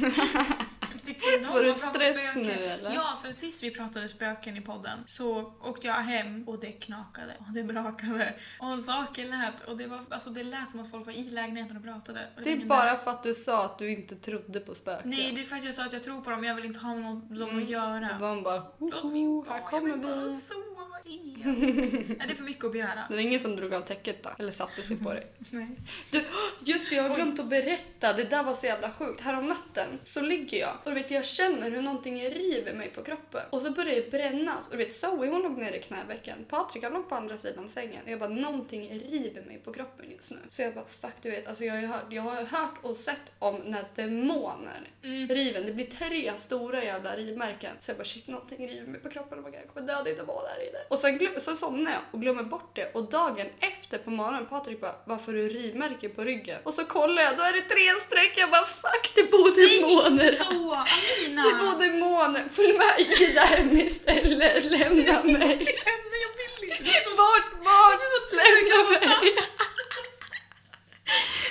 [SPEAKER 2] Jag tycker inte om
[SPEAKER 1] Får du
[SPEAKER 2] att prata
[SPEAKER 1] stress
[SPEAKER 2] spöken.
[SPEAKER 1] nu, eller?
[SPEAKER 2] Ja, för sist vi pratade spöken i podden så åkte jag hem och det knakade och det brakade och saker lät och det, var, alltså, det lät som att folk var i lägenheten och pratade. Och
[SPEAKER 1] Det är
[SPEAKER 2] ingen
[SPEAKER 1] bara
[SPEAKER 2] där.
[SPEAKER 1] för att du sa att du inte trodde på spöken.
[SPEAKER 2] Nej, det är för att jag sa att jag tror på dem, jag vill inte ha någon, dem att göra.
[SPEAKER 1] Och de Mm. bara
[SPEAKER 2] Låt mig
[SPEAKER 1] hoho,
[SPEAKER 2] vara,
[SPEAKER 1] här
[SPEAKER 2] jag
[SPEAKER 1] kommer
[SPEAKER 2] vill bara
[SPEAKER 1] vi.
[SPEAKER 2] sova igen. Nej, det är för mycket att begära.
[SPEAKER 1] Det var ingen som drog av täcket då? Eller satte sig på dig?
[SPEAKER 2] Nej.
[SPEAKER 1] Du, just det, jag har glömt att berätta. Det där var så jävla sjukt. Här om natten så ligger jag och du vet, jag känner hur någonting river mig på kroppen. Och så börjar det brännas. Och du vet, Zoe hon låg nere i knävecken. Patrik han låg på andra sidan sängen. Och jag bara, någonting river mig på kroppen just nu. Så jag bara, fuck du vet. Alltså jag har ju hört, jag har ju hört och sett om när demoner
[SPEAKER 2] Mm.
[SPEAKER 1] riven. Det blir tre stora jävla rivmärken. Så jag bara shit, någonting river mig på kroppen. Oh my God, jag kommer dö, det är demon här inne. Och sen, glöm, sen somnar jag och glömmer bort det. Och dagen efter på morgonen, Patrik bara varför har du rivmärken på ryggen? Och så kollar jag, då är det tre streck. Jag bara fuck, det bor demoner här.
[SPEAKER 2] Så, Alina!
[SPEAKER 1] Det bor demoner. Följ med i det här istället. Lämna mig.
[SPEAKER 2] Nej, jag vill inte. Det är så
[SPEAKER 1] Bort, bort! Lämna mig!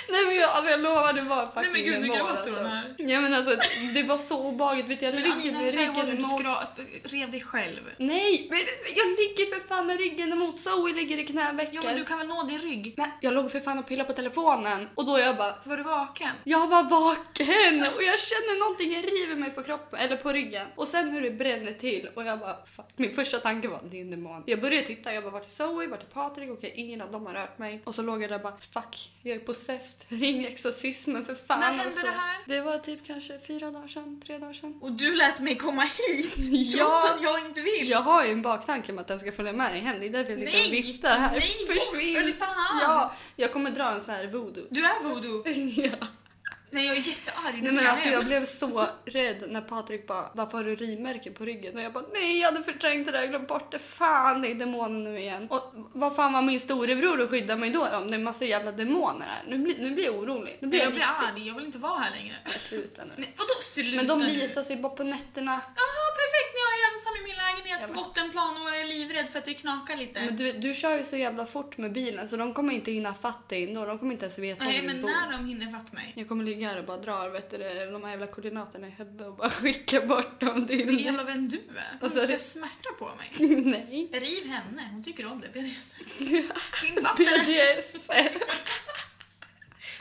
[SPEAKER 1] Nej men jag, alltså jag lovar det var
[SPEAKER 2] Nej
[SPEAKER 1] fucking
[SPEAKER 2] men gud, nu
[SPEAKER 1] demon,
[SPEAKER 2] gråter
[SPEAKER 1] alltså.
[SPEAKER 2] hon här.
[SPEAKER 1] Ja men alltså det var så obehagligt. Vet du, jag
[SPEAKER 2] Men
[SPEAKER 1] ligger
[SPEAKER 2] Amina,
[SPEAKER 1] med
[SPEAKER 2] så här var det
[SPEAKER 1] ryggen
[SPEAKER 2] du
[SPEAKER 1] emot...
[SPEAKER 2] skra- rev dig själv.
[SPEAKER 1] Nej! Men jag ligger för fan med ryggen emot Zoe ligger i knävecket.
[SPEAKER 2] Ja men du kan väl nå din rygg?
[SPEAKER 1] Men jag låg för fan och pillade på telefonen och då jag bara
[SPEAKER 2] Var du vaken?
[SPEAKER 1] jag var vaken och jag känner någonting river mig på kroppen eller på ryggen och sen hur det bränner till och jag bara fuck. Min första tanke var det är en demon. Jag började titta, jag bara vart är Zoe, vart är Patrik, okej ingen av dem har rört mig och så låg jag där bara fuck jag är possessed, ring exorcismen för fan.
[SPEAKER 2] När hände
[SPEAKER 1] alltså.
[SPEAKER 2] det här?
[SPEAKER 1] Det var typ kanske fyra dagar sedan, tre dagar sedan.
[SPEAKER 2] Och du lät mig komma hit
[SPEAKER 1] Ja.
[SPEAKER 2] trots att jag inte vill.
[SPEAKER 1] Jag har ju en baktanke om att den ska följa med dig hem. Det är därför jag sitter
[SPEAKER 2] Nej!
[SPEAKER 1] och viftar här.
[SPEAKER 2] Nej, bort för fan!
[SPEAKER 1] Ja, jag kommer dra en sån här voodoo.
[SPEAKER 2] Du är voodoo.
[SPEAKER 1] ja.
[SPEAKER 2] Nej jag är jättearg.
[SPEAKER 1] Nej
[SPEAKER 2] Nu går
[SPEAKER 1] men
[SPEAKER 2] jag
[SPEAKER 1] alltså
[SPEAKER 2] hem.
[SPEAKER 1] jag blev så rädd när Patrik bara “Varför har du rimärken på ryggen?” och jag bara “Nej, jag hade förträngt det där, jag glömt bort det. Fan, det är demonen nu igen.” Och vad fan var min storebror och skyddade mig då om det är en massa jävla demoner här? Nu blir, nu blir jag orolig. Nu blir
[SPEAKER 2] Nej,
[SPEAKER 1] jag,
[SPEAKER 2] jag blir
[SPEAKER 1] riktigt...
[SPEAKER 2] arg, jag vill inte vara här längre.
[SPEAKER 1] Sluta nu.
[SPEAKER 2] Nej, vadå sluta
[SPEAKER 1] Men de
[SPEAKER 2] nu?
[SPEAKER 1] visar sig bara på nätterna.
[SPEAKER 2] Jaha perfekt, när jag är ensam i min lägenhet
[SPEAKER 1] Ja,
[SPEAKER 2] på
[SPEAKER 1] men-
[SPEAKER 2] bottenplan och jag är livrädd rädd för att det knakar lite.
[SPEAKER 1] Men du, du kör ju så jävla fort med bilen så de kommer inte hinna fatta dig ändå. De kommer inte ens veta var
[SPEAKER 2] Nej,
[SPEAKER 1] du
[SPEAKER 2] men
[SPEAKER 1] bor.
[SPEAKER 2] när de hinner fatta mig.
[SPEAKER 1] Jag kommer ligga här och bara drar vet du, det, de här jävla koordinaterna i huvudet och bara skicka bort dem till
[SPEAKER 2] Vilken jävla vän du är. Hon
[SPEAKER 1] Och så är
[SPEAKER 2] ska
[SPEAKER 1] det-
[SPEAKER 2] smärta på mig.
[SPEAKER 1] Nej.
[SPEAKER 2] Riv henne, hon tycker om det. PDS. Invattnare.
[SPEAKER 1] BDS.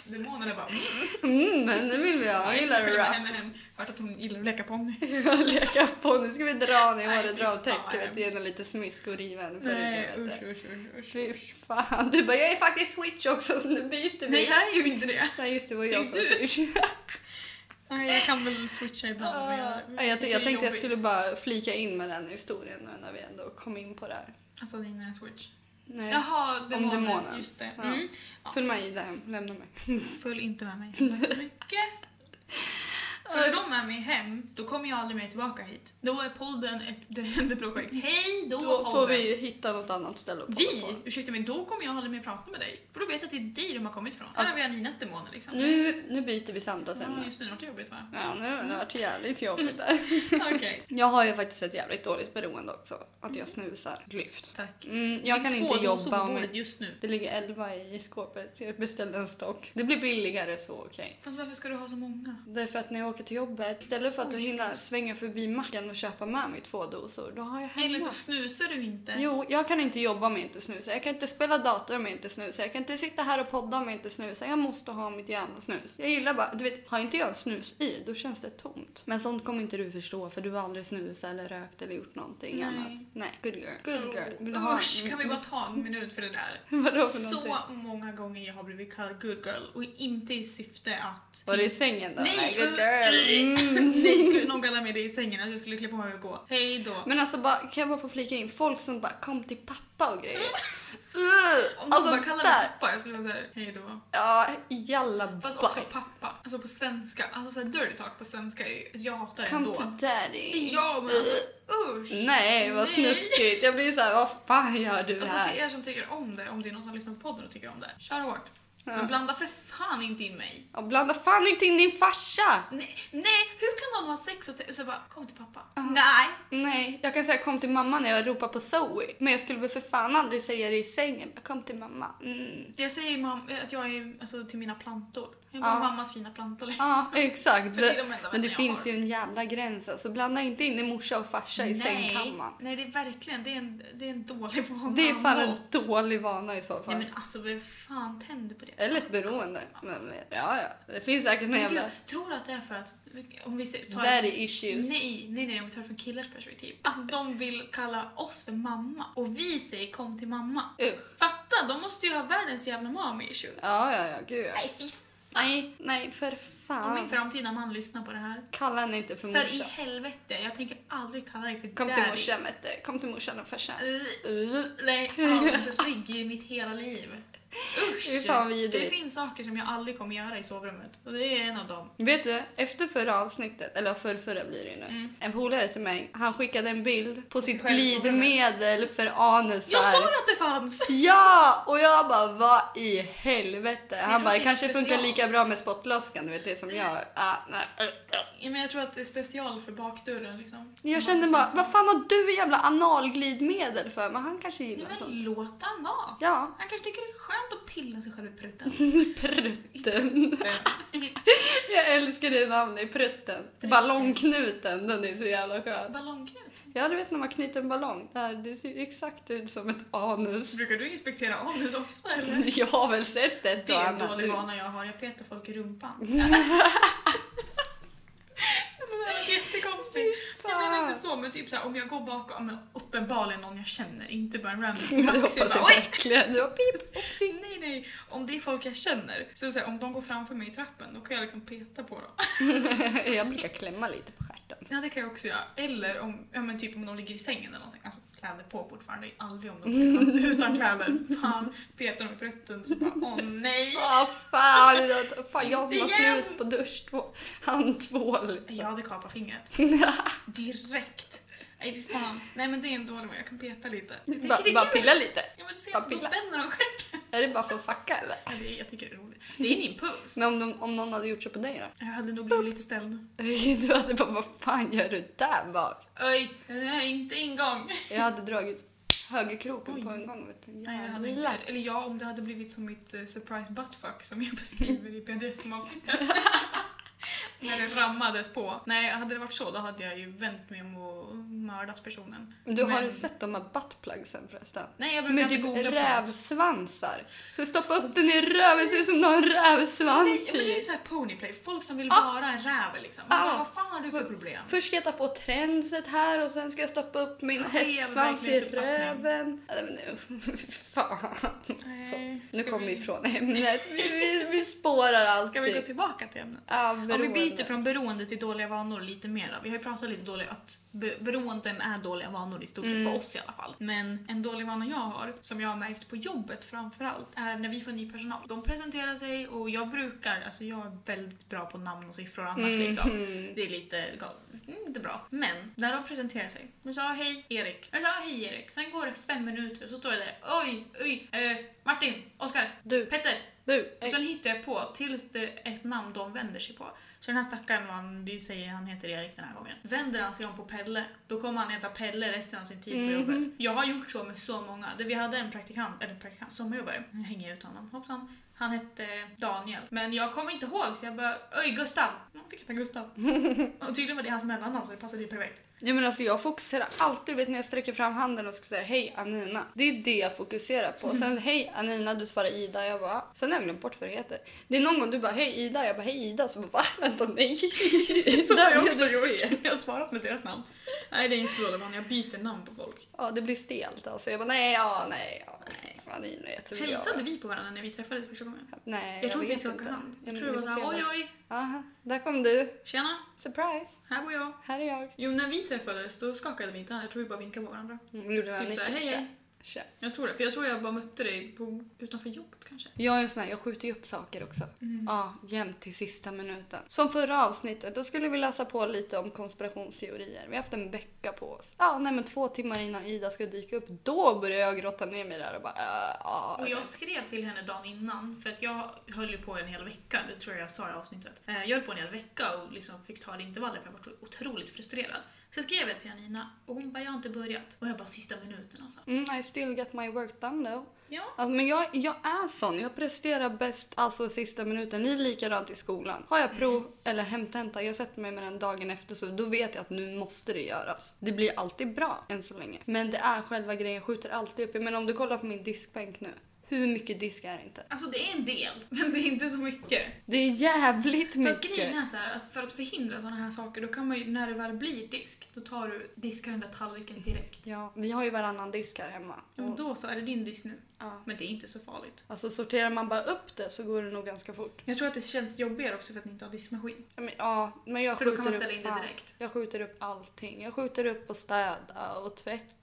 [SPEAKER 2] Demonerna bara... Mm,
[SPEAKER 1] Mm, men det vill vi ha. Jag
[SPEAKER 2] jag
[SPEAKER 1] gillar
[SPEAKER 2] ska följa med
[SPEAKER 1] rap.
[SPEAKER 2] henne hem. Hört att hon gillar att leka ponny.
[SPEAKER 1] Leka på. Nu ska vi dra ner
[SPEAKER 2] Nej,
[SPEAKER 1] håret,
[SPEAKER 2] fy
[SPEAKER 1] dra av täcket,
[SPEAKER 2] fan.
[SPEAKER 1] vet du, ge henne lite smisk och riva henne för
[SPEAKER 2] Nej,
[SPEAKER 1] ryggen. vet
[SPEAKER 2] usch,
[SPEAKER 1] du.
[SPEAKER 2] usch, usch, usch.
[SPEAKER 1] Fy fan. Du bara, jag är faktiskt switch också så nu byter vi.
[SPEAKER 2] Nej, jag är ju inte det.
[SPEAKER 1] Nej, just det, det var jag som
[SPEAKER 2] Tänkte du?
[SPEAKER 1] switch.
[SPEAKER 2] Nej, jag kan väl switcha ibland. men
[SPEAKER 1] Nej, jag,
[SPEAKER 2] tycker
[SPEAKER 1] jag
[SPEAKER 2] det är
[SPEAKER 1] tänkte jag
[SPEAKER 2] jobbigt.
[SPEAKER 1] skulle bara flika in med den historien nu när vi ändå kom in på det här.
[SPEAKER 2] Alltså din switch.
[SPEAKER 1] Nej.
[SPEAKER 2] Jaha, demonen.
[SPEAKER 1] demonen.
[SPEAKER 2] Just det.
[SPEAKER 1] Eh, Ja.
[SPEAKER 2] Mm. Ja.
[SPEAKER 1] Följ med Ida hem, lämna mig.
[SPEAKER 2] Följ inte med mig. Tack så mycket. Följer de med mig hem, då kommer jag aldrig mer tillbaka hit. Då är podden ett döende projekt. Hej då,
[SPEAKER 1] Då
[SPEAKER 2] podden!
[SPEAKER 1] får vi hitta något annat ställe att podda
[SPEAKER 2] Vi?
[SPEAKER 1] på.
[SPEAKER 2] Ursäkta mig, då kommer jag aldrig mer prata med dig. För då vet jag att det är dig de har kommit ifrån. Här har vi Aninas demoner liksom.
[SPEAKER 1] Nu, nu byter vi
[SPEAKER 2] Ja,
[SPEAKER 1] samtalsämne.
[SPEAKER 2] just det, det vart jobbigt va?
[SPEAKER 1] Ja, nu har det varit jävligt jobbigt där.
[SPEAKER 2] Okej.
[SPEAKER 1] Jag har ju faktiskt ett jävligt dåligt beroende också. Att jag snusar. Lyft.
[SPEAKER 2] Tack.
[SPEAKER 1] Mm, jag kan
[SPEAKER 2] Två
[SPEAKER 1] inte
[SPEAKER 2] dosor
[SPEAKER 1] jobba
[SPEAKER 2] på
[SPEAKER 1] om...
[SPEAKER 2] bordet just nu.
[SPEAKER 1] Det ligger 11 i skåpet. Jag beställde en stock. Det blir billigare så, okej.
[SPEAKER 2] Fast varför ska du ha så många?
[SPEAKER 1] Därför att när jag åker till jobbet, istället för att hinna svänga förbi macken och köpa med mig två dosor, då har jag hemma.
[SPEAKER 2] Eller så snusar du inte.
[SPEAKER 1] Jo, jag kan inte jobba om jag inte snusar. Jag kan inte spela dator om jag inte snusar. Jag kan inte sitta här och podda om jag inte snusar. Jag måste ha mitt jävla snus. Jag gillar bara, du vet, har inte jag snus i, då känns det tomt. Men sånt kommer inte du förstå för du har aldrig snusat eller rökt eller gjort någonting
[SPEAKER 2] Nej.
[SPEAKER 1] annat. Nej, good girl. Good girl. Vill du ha-
[SPEAKER 2] Usch, kan vi bara ta en minut för det där?
[SPEAKER 1] Vadå för någonting?
[SPEAKER 2] Så många gånger jag har blivit kallad good girl och inte i syfte att...
[SPEAKER 1] Var det i sängen då?
[SPEAKER 2] Nej,
[SPEAKER 1] good
[SPEAKER 2] uh,
[SPEAKER 1] girl. Mm.
[SPEAKER 2] Nej, skulle någon kalla mig det i sängen att jag skulle klä på mig och gå. Hej då.
[SPEAKER 1] Men alltså bara, kan jag bara få flika in folk som bara kom till pappa och grejer. Uh,
[SPEAKER 2] Mm. Om någon
[SPEAKER 1] alltså
[SPEAKER 2] bara kallar mig
[SPEAKER 1] där.
[SPEAKER 2] pappa, jag skulle vara såhär, hej då.
[SPEAKER 1] Ja, jalla
[SPEAKER 2] Fast
[SPEAKER 1] bye.
[SPEAKER 2] också pappa. Alltså på svenska, alltså såhär dirty talk på svenska, är- jag hatar det
[SPEAKER 1] Come
[SPEAKER 2] ändå.
[SPEAKER 1] to daddy.
[SPEAKER 2] Ja men alltså usch.
[SPEAKER 1] Nej, vad
[SPEAKER 2] Nej.
[SPEAKER 1] snuskigt. Jag blir så här, vad fan gör du
[SPEAKER 2] Alltså till
[SPEAKER 1] här?
[SPEAKER 2] er som tycker om det, om det är någon som lyssnar på podden och tycker om det, kör hårt.
[SPEAKER 1] Ja.
[SPEAKER 2] Men blanda för fan inte in mig.
[SPEAKER 1] Och blanda fan inte in din farsa!
[SPEAKER 2] Nej, nej hur kan någon ha sex och t- så bara kom till pappa? Nej,
[SPEAKER 1] Nej, jag kan säga kom till mamma när jag ropar på Zoe. Men jag skulle väl för fan aldrig säga det i sängen. Jag kom till mamma. Mm.
[SPEAKER 2] jag säger mam- att jag är alltså, till mina plantor. Jag är
[SPEAKER 1] Ja.
[SPEAKER 2] mammas fina plantor. liksom.
[SPEAKER 1] Ja, exakt.
[SPEAKER 2] För det är de enda vännerna
[SPEAKER 1] Men det
[SPEAKER 2] jag
[SPEAKER 1] finns
[SPEAKER 2] har.
[SPEAKER 1] ju en jävla gräns. Alltså, blanda inte in din morsa och farsa i sängkammaren.
[SPEAKER 2] Nej, det är verkligen det är en, det är en dålig vana.
[SPEAKER 1] Det är fan en
[SPEAKER 2] Något.
[SPEAKER 1] dålig vana i så
[SPEAKER 2] Nej
[SPEAKER 1] fall.
[SPEAKER 2] men alltså vem fan tänder på det?
[SPEAKER 1] Eller ett beroende. Men, men, ja, ja. Det finns säkert någon
[SPEAKER 2] Men gud,
[SPEAKER 1] jävla
[SPEAKER 2] tror du att det är för att... Om vi ser- tar
[SPEAKER 1] daddy issues.
[SPEAKER 2] Nej, nej, nej, om vi tar det från killars perspektiv. Att de vill kalla oss för mamma och vi säger kom till mamma.
[SPEAKER 1] Usch.
[SPEAKER 2] Fatta, de måste ju ha världens jävla mommy issues.
[SPEAKER 1] Ja, ja, ja. Gud, ja.
[SPEAKER 2] Nej, fy
[SPEAKER 1] Nej, nej, för
[SPEAKER 2] Om min
[SPEAKER 1] fan.
[SPEAKER 2] framtida man lyssnar på det här.
[SPEAKER 1] Kalla henne inte för
[SPEAKER 2] För i
[SPEAKER 1] morsa.
[SPEAKER 2] helvete, jag tänker aldrig kalla dig för
[SPEAKER 1] Kom
[SPEAKER 2] daddy.
[SPEAKER 1] till morsan, vet du. Kom till morsan och farsan.
[SPEAKER 2] Eh,
[SPEAKER 1] Uh.
[SPEAKER 2] Nej, aldrig i mitt hela liv.
[SPEAKER 1] Fy
[SPEAKER 2] Usch!
[SPEAKER 1] fan,
[SPEAKER 2] det
[SPEAKER 1] vidrigt.
[SPEAKER 2] finns saker som jag aldrig kommer göra i sovrummet och det är en av dem.
[SPEAKER 1] Vet du, efter förra avsnittet, eller förra, förra blir det ju nu.
[SPEAKER 2] Mm.
[SPEAKER 1] En polare till mig, han skickade en bild på sitt
[SPEAKER 2] själv som
[SPEAKER 1] glidmedel för anusar.
[SPEAKER 2] Jag sa ju att det fanns!
[SPEAKER 1] Ja! Och jag bara, vad i helvete? Han
[SPEAKER 2] trodde
[SPEAKER 1] bara,
[SPEAKER 2] inte
[SPEAKER 1] kanske
[SPEAKER 2] det
[SPEAKER 1] funkar
[SPEAKER 2] special.
[SPEAKER 1] lika bra med spottlosskan, du vet det som jag. Ah, nej.
[SPEAKER 2] Ja, men jag tror att det är special för bakdörren liksom.
[SPEAKER 1] Jag kände bara, vad fan har du jävla analglidmedel för? Men han kanske
[SPEAKER 2] Nej,
[SPEAKER 1] gillar sånt.
[SPEAKER 2] men låt han vara!
[SPEAKER 1] Ja.
[SPEAKER 2] Han kanske tycker det är skönt att pilla sig själv i prutten.
[SPEAKER 1] Prutten. Jag älskar det namn, det är prutten. Ballongknuten, den är så jävla skön.
[SPEAKER 2] Ballongknut.
[SPEAKER 1] Ja, du vet när man knyter en ballong. Det här, Det ser exakt ut som ett anus.
[SPEAKER 2] Brukar du inspektera anus ofta eller?
[SPEAKER 1] Jag har väl sett ett
[SPEAKER 2] Det
[SPEAKER 1] och
[SPEAKER 2] är en
[SPEAKER 1] annat.
[SPEAKER 2] dålig
[SPEAKER 1] Du-
[SPEAKER 2] vana jag har, jag petar folk i rumpan. det där är jättekonstigt. Jag menar inte så, men typ såhär, om jag går bakom men uppenbarligen någon jag känner, inte bara en random
[SPEAKER 1] Jag
[SPEAKER 2] taxi.
[SPEAKER 1] hoppas
[SPEAKER 2] bara,
[SPEAKER 1] jag
[SPEAKER 2] Oj!
[SPEAKER 1] verkligen. Jag pip, hoppsi.
[SPEAKER 2] Nej, nej. Om det är folk jag känner, så, så här, om de går framför mig i trappen, då kan jag liksom peta på dem.
[SPEAKER 1] Jag brukar klämma lite på stjärten.
[SPEAKER 2] Ja, det kan jag också göra. Eller om, ja, men typ om de ligger i sängen eller någonting. Alltså kläder på fortfarande. Aldrig om de utan, utan kläder. Fan, petar de i prutten så bara åh nej.
[SPEAKER 1] Ah, fan, det där- fan, jag som har
[SPEAKER 2] Igen.
[SPEAKER 1] slut på duschtvål. Handtvål. liksom.
[SPEAKER 2] Jag hade kapat fingret. Direkt. Nej fy fan. Nej men det är en dålig man. Jag kan peta lite. Jag tycker
[SPEAKER 1] Bara,
[SPEAKER 2] det är
[SPEAKER 1] bara
[SPEAKER 2] kul.
[SPEAKER 1] pilla lite.
[SPEAKER 2] Ja men du ser,
[SPEAKER 1] bara
[SPEAKER 2] då
[SPEAKER 1] pilla.
[SPEAKER 2] spänner de stjärten.
[SPEAKER 1] Är det bara för att fucka eller?
[SPEAKER 2] Ja, det är- Jag tycker det är roligt. Det är en impuls.
[SPEAKER 1] Men om, de, om någon hade gjort så på dig då?
[SPEAKER 2] Jag hade nog blivit lite ställd.
[SPEAKER 1] Du hade bara, vad fan gör du där bak?
[SPEAKER 2] Oj, det är inte ingång.
[SPEAKER 1] Jag hade dragit högerkroken
[SPEAKER 2] Oj.
[SPEAKER 1] på en gång. Vet du.
[SPEAKER 2] Nej, det hade jag
[SPEAKER 1] Jävlar.
[SPEAKER 2] inte. Eller ja, om det hade blivit som mitt eh, surprise buttfuck som jag beskriver i BDSM-avsnittet. När det rammades på. Nej, hade det varit så då hade jag ju vänt mig om och mördat personen.
[SPEAKER 1] Du har
[SPEAKER 2] Men-
[SPEAKER 1] du sett de här buttplugsen förresten?
[SPEAKER 2] Nej, jag
[SPEAKER 1] Som är
[SPEAKER 2] brukar inte
[SPEAKER 1] typ
[SPEAKER 2] googla på sånt.
[SPEAKER 1] rävsvansar. Så stoppa upp den i röven, ser ut som du har en rävsvans typ.
[SPEAKER 2] Nej, men det är
[SPEAKER 1] i.
[SPEAKER 2] ju såhär ponyplay, folk som vill vara en räv liksom.
[SPEAKER 1] Ah.
[SPEAKER 2] Vad- Vad fan har du för problem?
[SPEAKER 1] Först ska jag ta på tränset här och sen ska jag stoppa upp min
[SPEAKER 2] Skev
[SPEAKER 1] hästsvans i
[SPEAKER 2] verklighetsuppfattning.
[SPEAKER 1] röven. Ja, men nu- Fan. Så,
[SPEAKER 2] Nej.
[SPEAKER 1] nu
[SPEAKER 2] Ska
[SPEAKER 1] kommer vi ifrån ämnet. Vi, vi, vi spårar alltid.
[SPEAKER 2] Ska vi gå tillbaka till ämnet?
[SPEAKER 1] Ja,
[SPEAKER 2] Om vi
[SPEAKER 1] beroende.
[SPEAKER 2] byter från beroende till dåliga vanor lite mer då. Vi har ju pratat lite dåligt att be- beroenden är dåliga vanor i stort sett för oss i alla fall. Men en dålig vana jag har, som jag har märkt på jobbet framförallt, är när vi får ny personal. De presenterar sig och jag brukar, alltså jag är väldigt bra på namn och siffror annars
[SPEAKER 1] Mm.
[SPEAKER 2] liksom. Det är lite, ga- mm, inte bra. Men när de presenterar sig, de sa hej Erik, jag sa hej Erik, sen går det fem minuter och så står jag där, oj, oj, eh, Martin, Oskar,
[SPEAKER 1] Du.
[SPEAKER 2] Petter,
[SPEAKER 1] Du,
[SPEAKER 2] och sen hittar jag på tills det är ett namn de vänder sig på. Så den här stackaren, man, vi säger han heter Erik den här gången. Vänder han sig om på Pelle, då kommer han heta Pelle resten av sin tid på
[SPEAKER 1] Mhm.
[SPEAKER 2] jobbet. Jag har gjort så med så många. Det- Vi hade en praktikant, eller praktikant, sommarjobbare. Nu hänger jag ut honom, hoppsan. Han hette Daniel. Men jag kommer inte ihåg så jag bara Öj Gustav! Han fick heta Gustav. Och tydligen var det hans mellannamn så det passade ju perfekt.
[SPEAKER 1] Ja, men alltså jag fokuserar alltid vet, när jag sträcker fram handen och ska säga hej Anina. Det är det jag fokuserar på.
[SPEAKER 2] Mm.
[SPEAKER 1] Sen hej Anina, du svarar Ida. Jag bara, sen har jag glömt bort vad det heter. Det är någon gång du bara hej Ida, jag bara hej Ida. Så bara va? Vänta nej.
[SPEAKER 2] Så har
[SPEAKER 1] Där
[SPEAKER 2] jag
[SPEAKER 1] blev
[SPEAKER 2] också
[SPEAKER 1] det
[SPEAKER 2] gjort.
[SPEAKER 1] fel.
[SPEAKER 2] Jag har svarat med deras namn. Nej det är inte dåligt man, jag byter namn på folk.
[SPEAKER 1] Ja det blir stelt alltså. Jag bara nej, ja nej. Ja. Anina heter väl jag.
[SPEAKER 2] Hälsade vi på varandra när vi träffades första gången?
[SPEAKER 1] Nej, jag,
[SPEAKER 2] Jag tror inte vi
[SPEAKER 1] vet
[SPEAKER 2] skakade hand.
[SPEAKER 1] Ja,
[SPEAKER 2] Jag
[SPEAKER 1] men
[SPEAKER 2] tror det
[SPEAKER 1] vi
[SPEAKER 2] var
[SPEAKER 1] får
[SPEAKER 2] såhär,
[SPEAKER 1] se
[SPEAKER 2] oj
[SPEAKER 1] då.
[SPEAKER 2] oj,
[SPEAKER 1] Aha, där kom du.
[SPEAKER 2] tjena,
[SPEAKER 1] Surprise.
[SPEAKER 2] här bor jag.
[SPEAKER 1] Här är jag.
[SPEAKER 2] Jo, när vi träffades då skakade vi inte hand, jag tror vi bara vinkade på varandra.
[SPEAKER 1] Mm, gjorde den här
[SPEAKER 2] Typ såhär,
[SPEAKER 1] nicken.
[SPEAKER 2] hej hej.
[SPEAKER 1] Tja, tja.
[SPEAKER 2] Jag tror det, för jag tror jag bara mötte dig på, utanför jobbet kanske.
[SPEAKER 1] Jag är en sån här, jag skjuter ju upp saker också.
[SPEAKER 2] Mm.
[SPEAKER 1] Ja, jämt till sista minuten. Som förra avsnittet, då skulle vi läsa på lite om konspirationsteorier. Vi har haft en vecka på oss. Ja, nej men två timmar innan Ida ska dyka upp, då börjar jag grotta ner mig där och bara äh, ja.
[SPEAKER 2] Och jag skrev till henne dagen innan, för att jag höll ju på en hel vecka, det tror jag jag sa i avsnittet. Eh, Jag höll på en hel vecka och liksom fick ta det i intervaller för jag var så otroligt frustrerad. Så skrev jag till Janina och hon bara “jag har inte börjat” och jag bara “sista minuten” alltså.
[SPEAKER 1] Mm, I still get my work done though.
[SPEAKER 2] Ja.
[SPEAKER 1] Alltså, men jag, jag är sån. Jag presterar bäst alltså sista minuten. Ni är likadant i skolan. Har jag prov
[SPEAKER 2] Mm.
[SPEAKER 1] eller hemtenta, jag sätter mig med den dagen efter så då vet jag att nu måste det göras. Det blir alltid bra än så länge. Men det är själva grejen, jag skjuter alltid upp. Men om du kollar på min diskbänk nu. Hur mycket disk är det inte?
[SPEAKER 2] Alltså det är en del, men det är inte så mycket.
[SPEAKER 1] Det är jävligt
[SPEAKER 2] Fast grejen
[SPEAKER 1] mycket.
[SPEAKER 2] är så här, alltså för att förhindra sådana här saker, då kan man ju, när det väl blir disk, då tar du, diskar den där tallriken direkt.
[SPEAKER 1] Ja, vi har ju varannan disk här hemma.
[SPEAKER 2] Ja, men
[SPEAKER 1] Och,
[SPEAKER 2] då så är det din disk nu.
[SPEAKER 1] ja.
[SPEAKER 2] Men det är inte så farligt.
[SPEAKER 1] Alltså sorterar man bara upp det så går det nog ganska fort.
[SPEAKER 2] Jag tror att det känns jobbigare också för att ni inte har diskmaskin.
[SPEAKER 1] Ja, Men, ja, men jag
[SPEAKER 2] För då
[SPEAKER 1] skjuter
[SPEAKER 2] kan man ställa
[SPEAKER 1] upp
[SPEAKER 2] in det
[SPEAKER 1] fan.
[SPEAKER 2] direkt.
[SPEAKER 1] Jag skjuter upp allting. Jag skjuter upp och städa och tvätta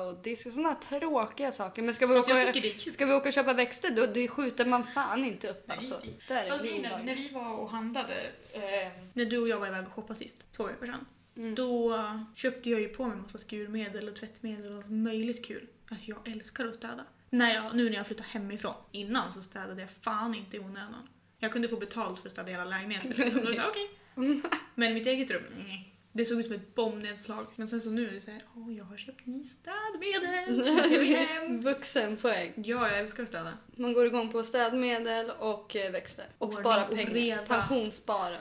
[SPEAKER 1] och diska. Sådana här tråkiga saker. Men ska vi,
[SPEAKER 2] Fast jag
[SPEAKER 1] åka,
[SPEAKER 2] tycker det är kul.
[SPEAKER 1] ska vi åka och köpa växter då det skjuter man fan inte upp
[SPEAKER 2] Nej,
[SPEAKER 1] alltså.
[SPEAKER 2] fy.
[SPEAKER 1] Där är
[SPEAKER 2] Fast
[SPEAKER 1] det
[SPEAKER 2] grejen är, när
[SPEAKER 1] olagligt.
[SPEAKER 2] vi var och handlade, eh, när du och jag var iväg och shoppade sist, två veckor sedan,
[SPEAKER 1] Mm.
[SPEAKER 2] då köpte jag ju på mig massa skurmedel och tvättmedel och allt möjligt kul. Alltså jag älskar att städa. När jag, nu när jag flyttade hemifrån, innan så städade jag fan inte i onödan. Jag kunde få betalt för att städa hela lägenheten. Liksom. Då sa jag okej. Men mitt eget rum, mm, det såg ut som ett bombnedslag. Men sen så nu är det såhär, åh jag har köpt ny städmedel. Jag ska hem.
[SPEAKER 1] Vuxenpoäng.
[SPEAKER 2] Ja, jag älskar att städa.
[SPEAKER 1] Man går igång på städmedel och eh, växter. Och
[SPEAKER 2] Ordning
[SPEAKER 1] sparar
[SPEAKER 2] och
[SPEAKER 1] pengar.
[SPEAKER 2] reda.
[SPEAKER 1] Pensionssparande.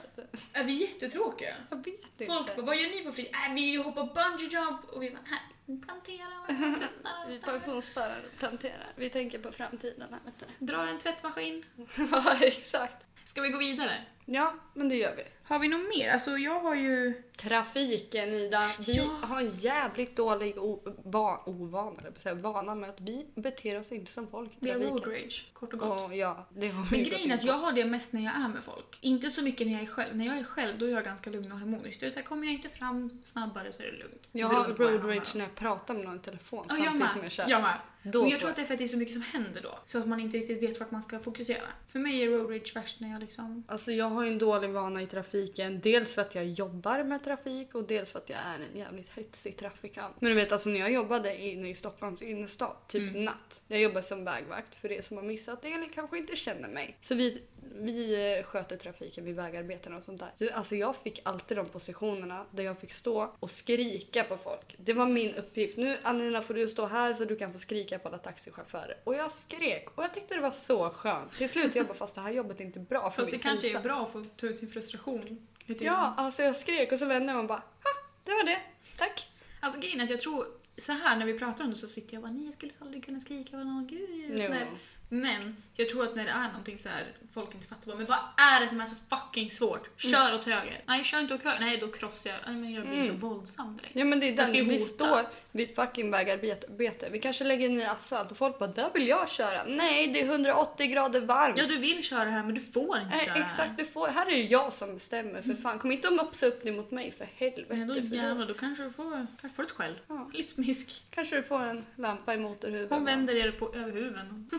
[SPEAKER 2] Är vi jättetråkiga?
[SPEAKER 1] Jag vet inte.
[SPEAKER 2] Folk bara, vad gör ni på fritid? Äh, vi hoppar bungee jump och vi bara, här, vi planterar, tunnar,
[SPEAKER 1] Vi
[SPEAKER 2] tunnar.
[SPEAKER 1] pensionssparar och planterar. Vi tänker på framtiden här vet du.
[SPEAKER 2] drar en tvättmaskin.
[SPEAKER 1] ja, exakt.
[SPEAKER 2] Ska vi gå vidare?
[SPEAKER 1] Ja, men det gör vi.
[SPEAKER 2] Har vi något mer? Alltså jag har ju...
[SPEAKER 1] Trafiken Ida. Vi
[SPEAKER 2] Ja.
[SPEAKER 1] har en jävligt dålig o- va- ovana, eller säga, vana med att vi beter oss inte som folk i
[SPEAKER 2] Vi har road
[SPEAKER 1] trafiken.
[SPEAKER 2] rage, kort och gott.
[SPEAKER 1] Och, ja, det har vi
[SPEAKER 2] Men
[SPEAKER 1] ju
[SPEAKER 2] grejen
[SPEAKER 1] gått
[SPEAKER 2] är att
[SPEAKER 1] in på.
[SPEAKER 2] jag har det mest när jag är med folk. Inte så mycket när jag är själv. När jag är själv då är jag ganska lugn och harmonisk. Det är så här, kommer jag inte fram snabbare så är det lugnt.
[SPEAKER 1] jag har
[SPEAKER 2] Beroende på vad
[SPEAKER 1] road
[SPEAKER 2] handlar
[SPEAKER 1] rage
[SPEAKER 2] om.
[SPEAKER 1] när jag pratar med någon i telefon
[SPEAKER 2] Ja, jag
[SPEAKER 1] samtidigt
[SPEAKER 2] med.
[SPEAKER 1] som jag kör.
[SPEAKER 2] Jag med.
[SPEAKER 1] Då
[SPEAKER 2] Men
[SPEAKER 1] får
[SPEAKER 2] jag tror
[SPEAKER 1] jag-
[SPEAKER 2] att det är för att det är så mycket som händer då. Så att man inte riktigt vet vart man ska fokusera. För mig är road rage värst när jag liksom
[SPEAKER 1] Alltså jag har ju en dålig vana i trafiken. Dels för att jag jobbar med trafik och dels för att jag är en jävligt hetsig trafikant. Men du vet alltså när jag jobbade inne i Stockholms innerstad, typ natt. Jag jobbade som vägvakt för er som har missat det eller kanske inte känner mig. Så vi vi sköter trafiken vid vägarbeten och sånt där. Du, alltså jag fick alltid de positionerna där jag fick stå och skrika på folk. Det var min uppgift. Nu Anina får du stå här så du kan få skrika på alla taxichaufförer. Och jag skrek och jag tyckte det var så skönt. Till slut jag bara fast det här jobbet är inte bra för
[SPEAKER 2] Fast det
[SPEAKER 1] min
[SPEAKER 2] kanske
[SPEAKER 1] hälsa.
[SPEAKER 2] är bra att få ta ut sin frustration. Lite
[SPEAKER 1] Ja,
[SPEAKER 2] grann.
[SPEAKER 1] alltså jag skrek och så vände jag mig och bara ha, det var det. Tack.
[SPEAKER 2] Alltså grejen är att jag tror, så här när vi pratar om det så sitter jag och bara ni skulle aldrig kunna skrika vad någon gud är
[SPEAKER 1] No.
[SPEAKER 2] så här. Men jag tror att när det är någonting så här folk inte fattar bara, men vad är det som är så fucking
[SPEAKER 1] Mm.
[SPEAKER 2] svårt? Kör åt höger. Nej, kör inte åt höger. Nej, då krossar jag. Nej, men jag
[SPEAKER 1] Mm.
[SPEAKER 2] blir så våldsam direkt.
[SPEAKER 1] Ja men det är
[SPEAKER 2] ska ju
[SPEAKER 1] den, vi
[SPEAKER 2] hota.
[SPEAKER 1] står vid ett fucking vägarbete. Vi kanske lägger ny asfalt och folk bara där vill jag köra. Nej det är 180 grader varmt.
[SPEAKER 2] Ja, du vill köra här men du får inte
[SPEAKER 1] Nej,
[SPEAKER 2] köra
[SPEAKER 1] exakt,
[SPEAKER 2] här.
[SPEAKER 1] du får, här är det jag som bestämmer för fan. Kom inte och mopsa upp dig mot mig för helvete.
[SPEAKER 2] Nej, då
[SPEAKER 1] för då
[SPEAKER 2] jävlar, då kanske du får, kanske får ett skäll.
[SPEAKER 1] Ja.
[SPEAKER 2] Lite smisk.
[SPEAKER 1] kanske du får en lampa i motorhuven.
[SPEAKER 2] Hon vänder er på över huven.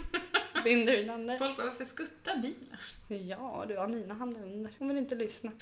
[SPEAKER 1] och binder i landet.
[SPEAKER 2] Folk bara, varför skuttar bilen?
[SPEAKER 1] Ja du, Anina hamnade under. Hon vill inte lyssna.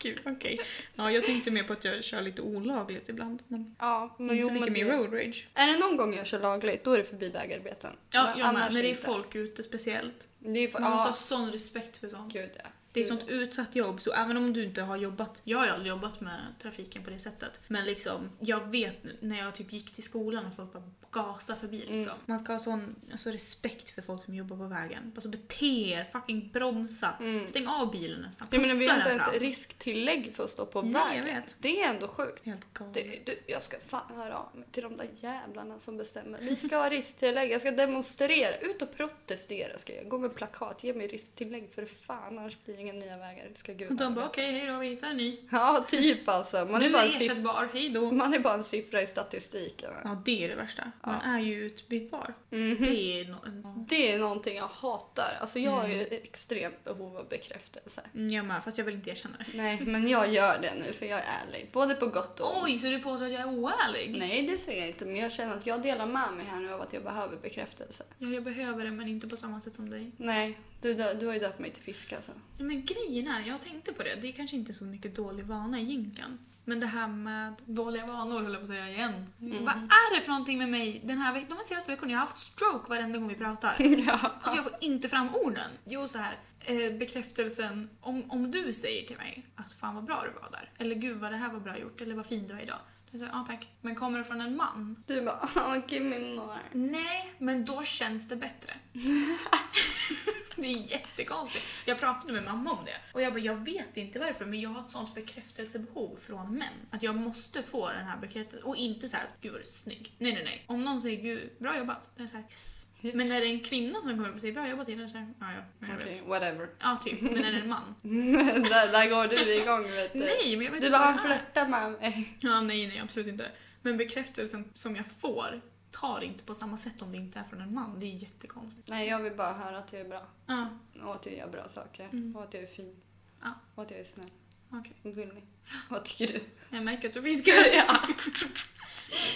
[SPEAKER 2] Gud, okej. Ja, jag tänkte mer på att jag kör lite olagligt ibland. Men
[SPEAKER 1] Ja, men
[SPEAKER 2] inte
[SPEAKER 1] jo,
[SPEAKER 2] så mycket
[SPEAKER 1] men
[SPEAKER 2] med
[SPEAKER 1] det-
[SPEAKER 2] road rage.
[SPEAKER 1] Är det någon gång jag kör lagligt, då är det förbi vägarbeten.
[SPEAKER 2] Ja, jag med.
[SPEAKER 1] annars
[SPEAKER 2] När det är
[SPEAKER 1] inte.
[SPEAKER 2] folk ute speciellt.
[SPEAKER 1] Det är för,
[SPEAKER 2] Man måste ha
[SPEAKER 1] ja,
[SPEAKER 2] sån respekt för sånt.
[SPEAKER 1] gud ja.
[SPEAKER 2] Det är ett sånt utsatt jobb, så även om du inte har jobbat, jag har ju aldrig jobbat med trafiken på det sättet, men liksom jag vet när jag typ gick till skolan och folk bara gasade förbi
[SPEAKER 1] Mm.
[SPEAKER 2] liksom. Man ska ha sån alltså, respekt för folk som jobbar på vägen. Alltså bete er, fucking bromsa, stäng av bilen nästan.
[SPEAKER 1] Jag menar, Mm. vi
[SPEAKER 2] Putta
[SPEAKER 1] har inte
[SPEAKER 2] den
[SPEAKER 1] ens
[SPEAKER 2] fram.
[SPEAKER 1] risktillägg för att stå på
[SPEAKER 2] Nej,
[SPEAKER 1] vägen.
[SPEAKER 2] jag vet.
[SPEAKER 1] Det är ändå sjukt.
[SPEAKER 2] Helt galet.
[SPEAKER 1] Det, du, jag ska fan höra av mig till de där jävlarna som bestämmer. Vi ska ha risktillägg, jag ska demonstrera. Ut och protestera ska jag. Gå med plakat, ge mig risktillägg för fan annars blir det inga nya vägar. Ska
[SPEAKER 2] Och
[SPEAKER 1] gudarna
[SPEAKER 2] de bara
[SPEAKER 1] veta.
[SPEAKER 2] okej, hej då, vi hittar en ny.
[SPEAKER 1] Ja, typ alltså. Man är,
[SPEAKER 2] du
[SPEAKER 1] bara
[SPEAKER 2] är
[SPEAKER 1] en siff- Mm.
[SPEAKER 2] ersättbar, hej då.
[SPEAKER 1] man är bara en siffra i statistiken.
[SPEAKER 2] Ja, det är det värsta. Man är ju utbytbar.
[SPEAKER 1] Mhm.
[SPEAKER 2] Det är mm, no-
[SPEAKER 1] Det är någonting jag hatar. Alltså jag har ju extremt behov av bekräftelse.
[SPEAKER 2] Mm, Jag med, fast jag vill inte erkänna det.
[SPEAKER 1] Nej, men jag gör det nu för jag är ärlig. Både på gott och ont.
[SPEAKER 2] Oj, så du påstår att jag är oärlig?
[SPEAKER 1] Nej, det säger jag inte. Men jag känner att jag delar med mig här nu av att jag behöver bekräftelse.
[SPEAKER 2] Ja, jag behöver det men inte på samma sätt som dig.
[SPEAKER 1] Nej, du, dö- du har ju döpt mig till fisk alltså.
[SPEAKER 2] Men grejen är, jag tänkte på det, det är kanske inte så mycket dålig vana egentligen. Men det här med dåliga vanor höll jag på att säga igen.
[SPEAKER 1] Mm.
[SPEAKER 2] Vad är det för någonting med mig den här veck- de här senaste veckorna? Jag har haft stroke varenda gång vi pratar.
[SPEAKER 1] ja.
[SPEAKER 2] Alltså jag får inte fram orden. Jo så här, eh, bekräftelsen om, om du säger till mig att fan vad bra du var där. Eller gud vad det här var bra gjort. Eller vad fin du är idag. Då säger jag, ja tack. Men kommer det från en man?
[SPEAKER 1] Du bara, oh, give me more.
[SPEAKER 2] Nej, men då känns det bättre. det är jättekonstigt. Jag pratade med mamma om det och jag bara, jag vet inte varför men jag har ett sånt bekräftelsebehov från män. Att jag måste få den här bekräftelsen och inte så här, gud vad du är snygg. Nej, nej, nej. Om någon säger gud, bra jobbat, då är jag så här, yes.
[SPEAKER 1] Yes.
[SPEAKER 2] Men är det en kvinna som kommer upp och säger bra jobbat till den så här, ja, ja, men jag
[SPEAKER 1] Okej,
[SPEAKER 2] vet.
[SPEAKER 1] whatever.
[SPEAKER 2] Ja, typ. Men är det en man?
[SPEAKER 1] där, där går du igång vet du.
[SPEAKER 2] nej, men jag vet
[SPEAKER 1] Du
[SPEAKER 2] inte
[SPEAKER 1] bara,
[SPEAKER 2] vad
[SPEAKER 1] han
[SPEAKER 2] det är.
[SPEAKER 1] flörtar med mig.
[SPEAKER 2] Ja, nej, nej, absolut inte. Men bekräftelsen som jag får tar inte på samma sätt om det inte är från en man. Det är jättekonstigt.
[SPEAKER 1] Nej, jag vill bara höra att jag är bra.
[SPEAKER 2] Ja,
[SPEAKER 1] Och att jag gör bra saker.
[SPEAKER 2] Mm.
[SPEAKER 1] Och att jag är fin.
[SPEAKER 2] Ja.
[SPEAKER 1] Och att jag är snäll.
[SPEAKER 2] okej.
[SPEAKER 1] Och gullig. Vad tycker du?
[SPEAKER 2] Jag märker att du fiskar. Ja.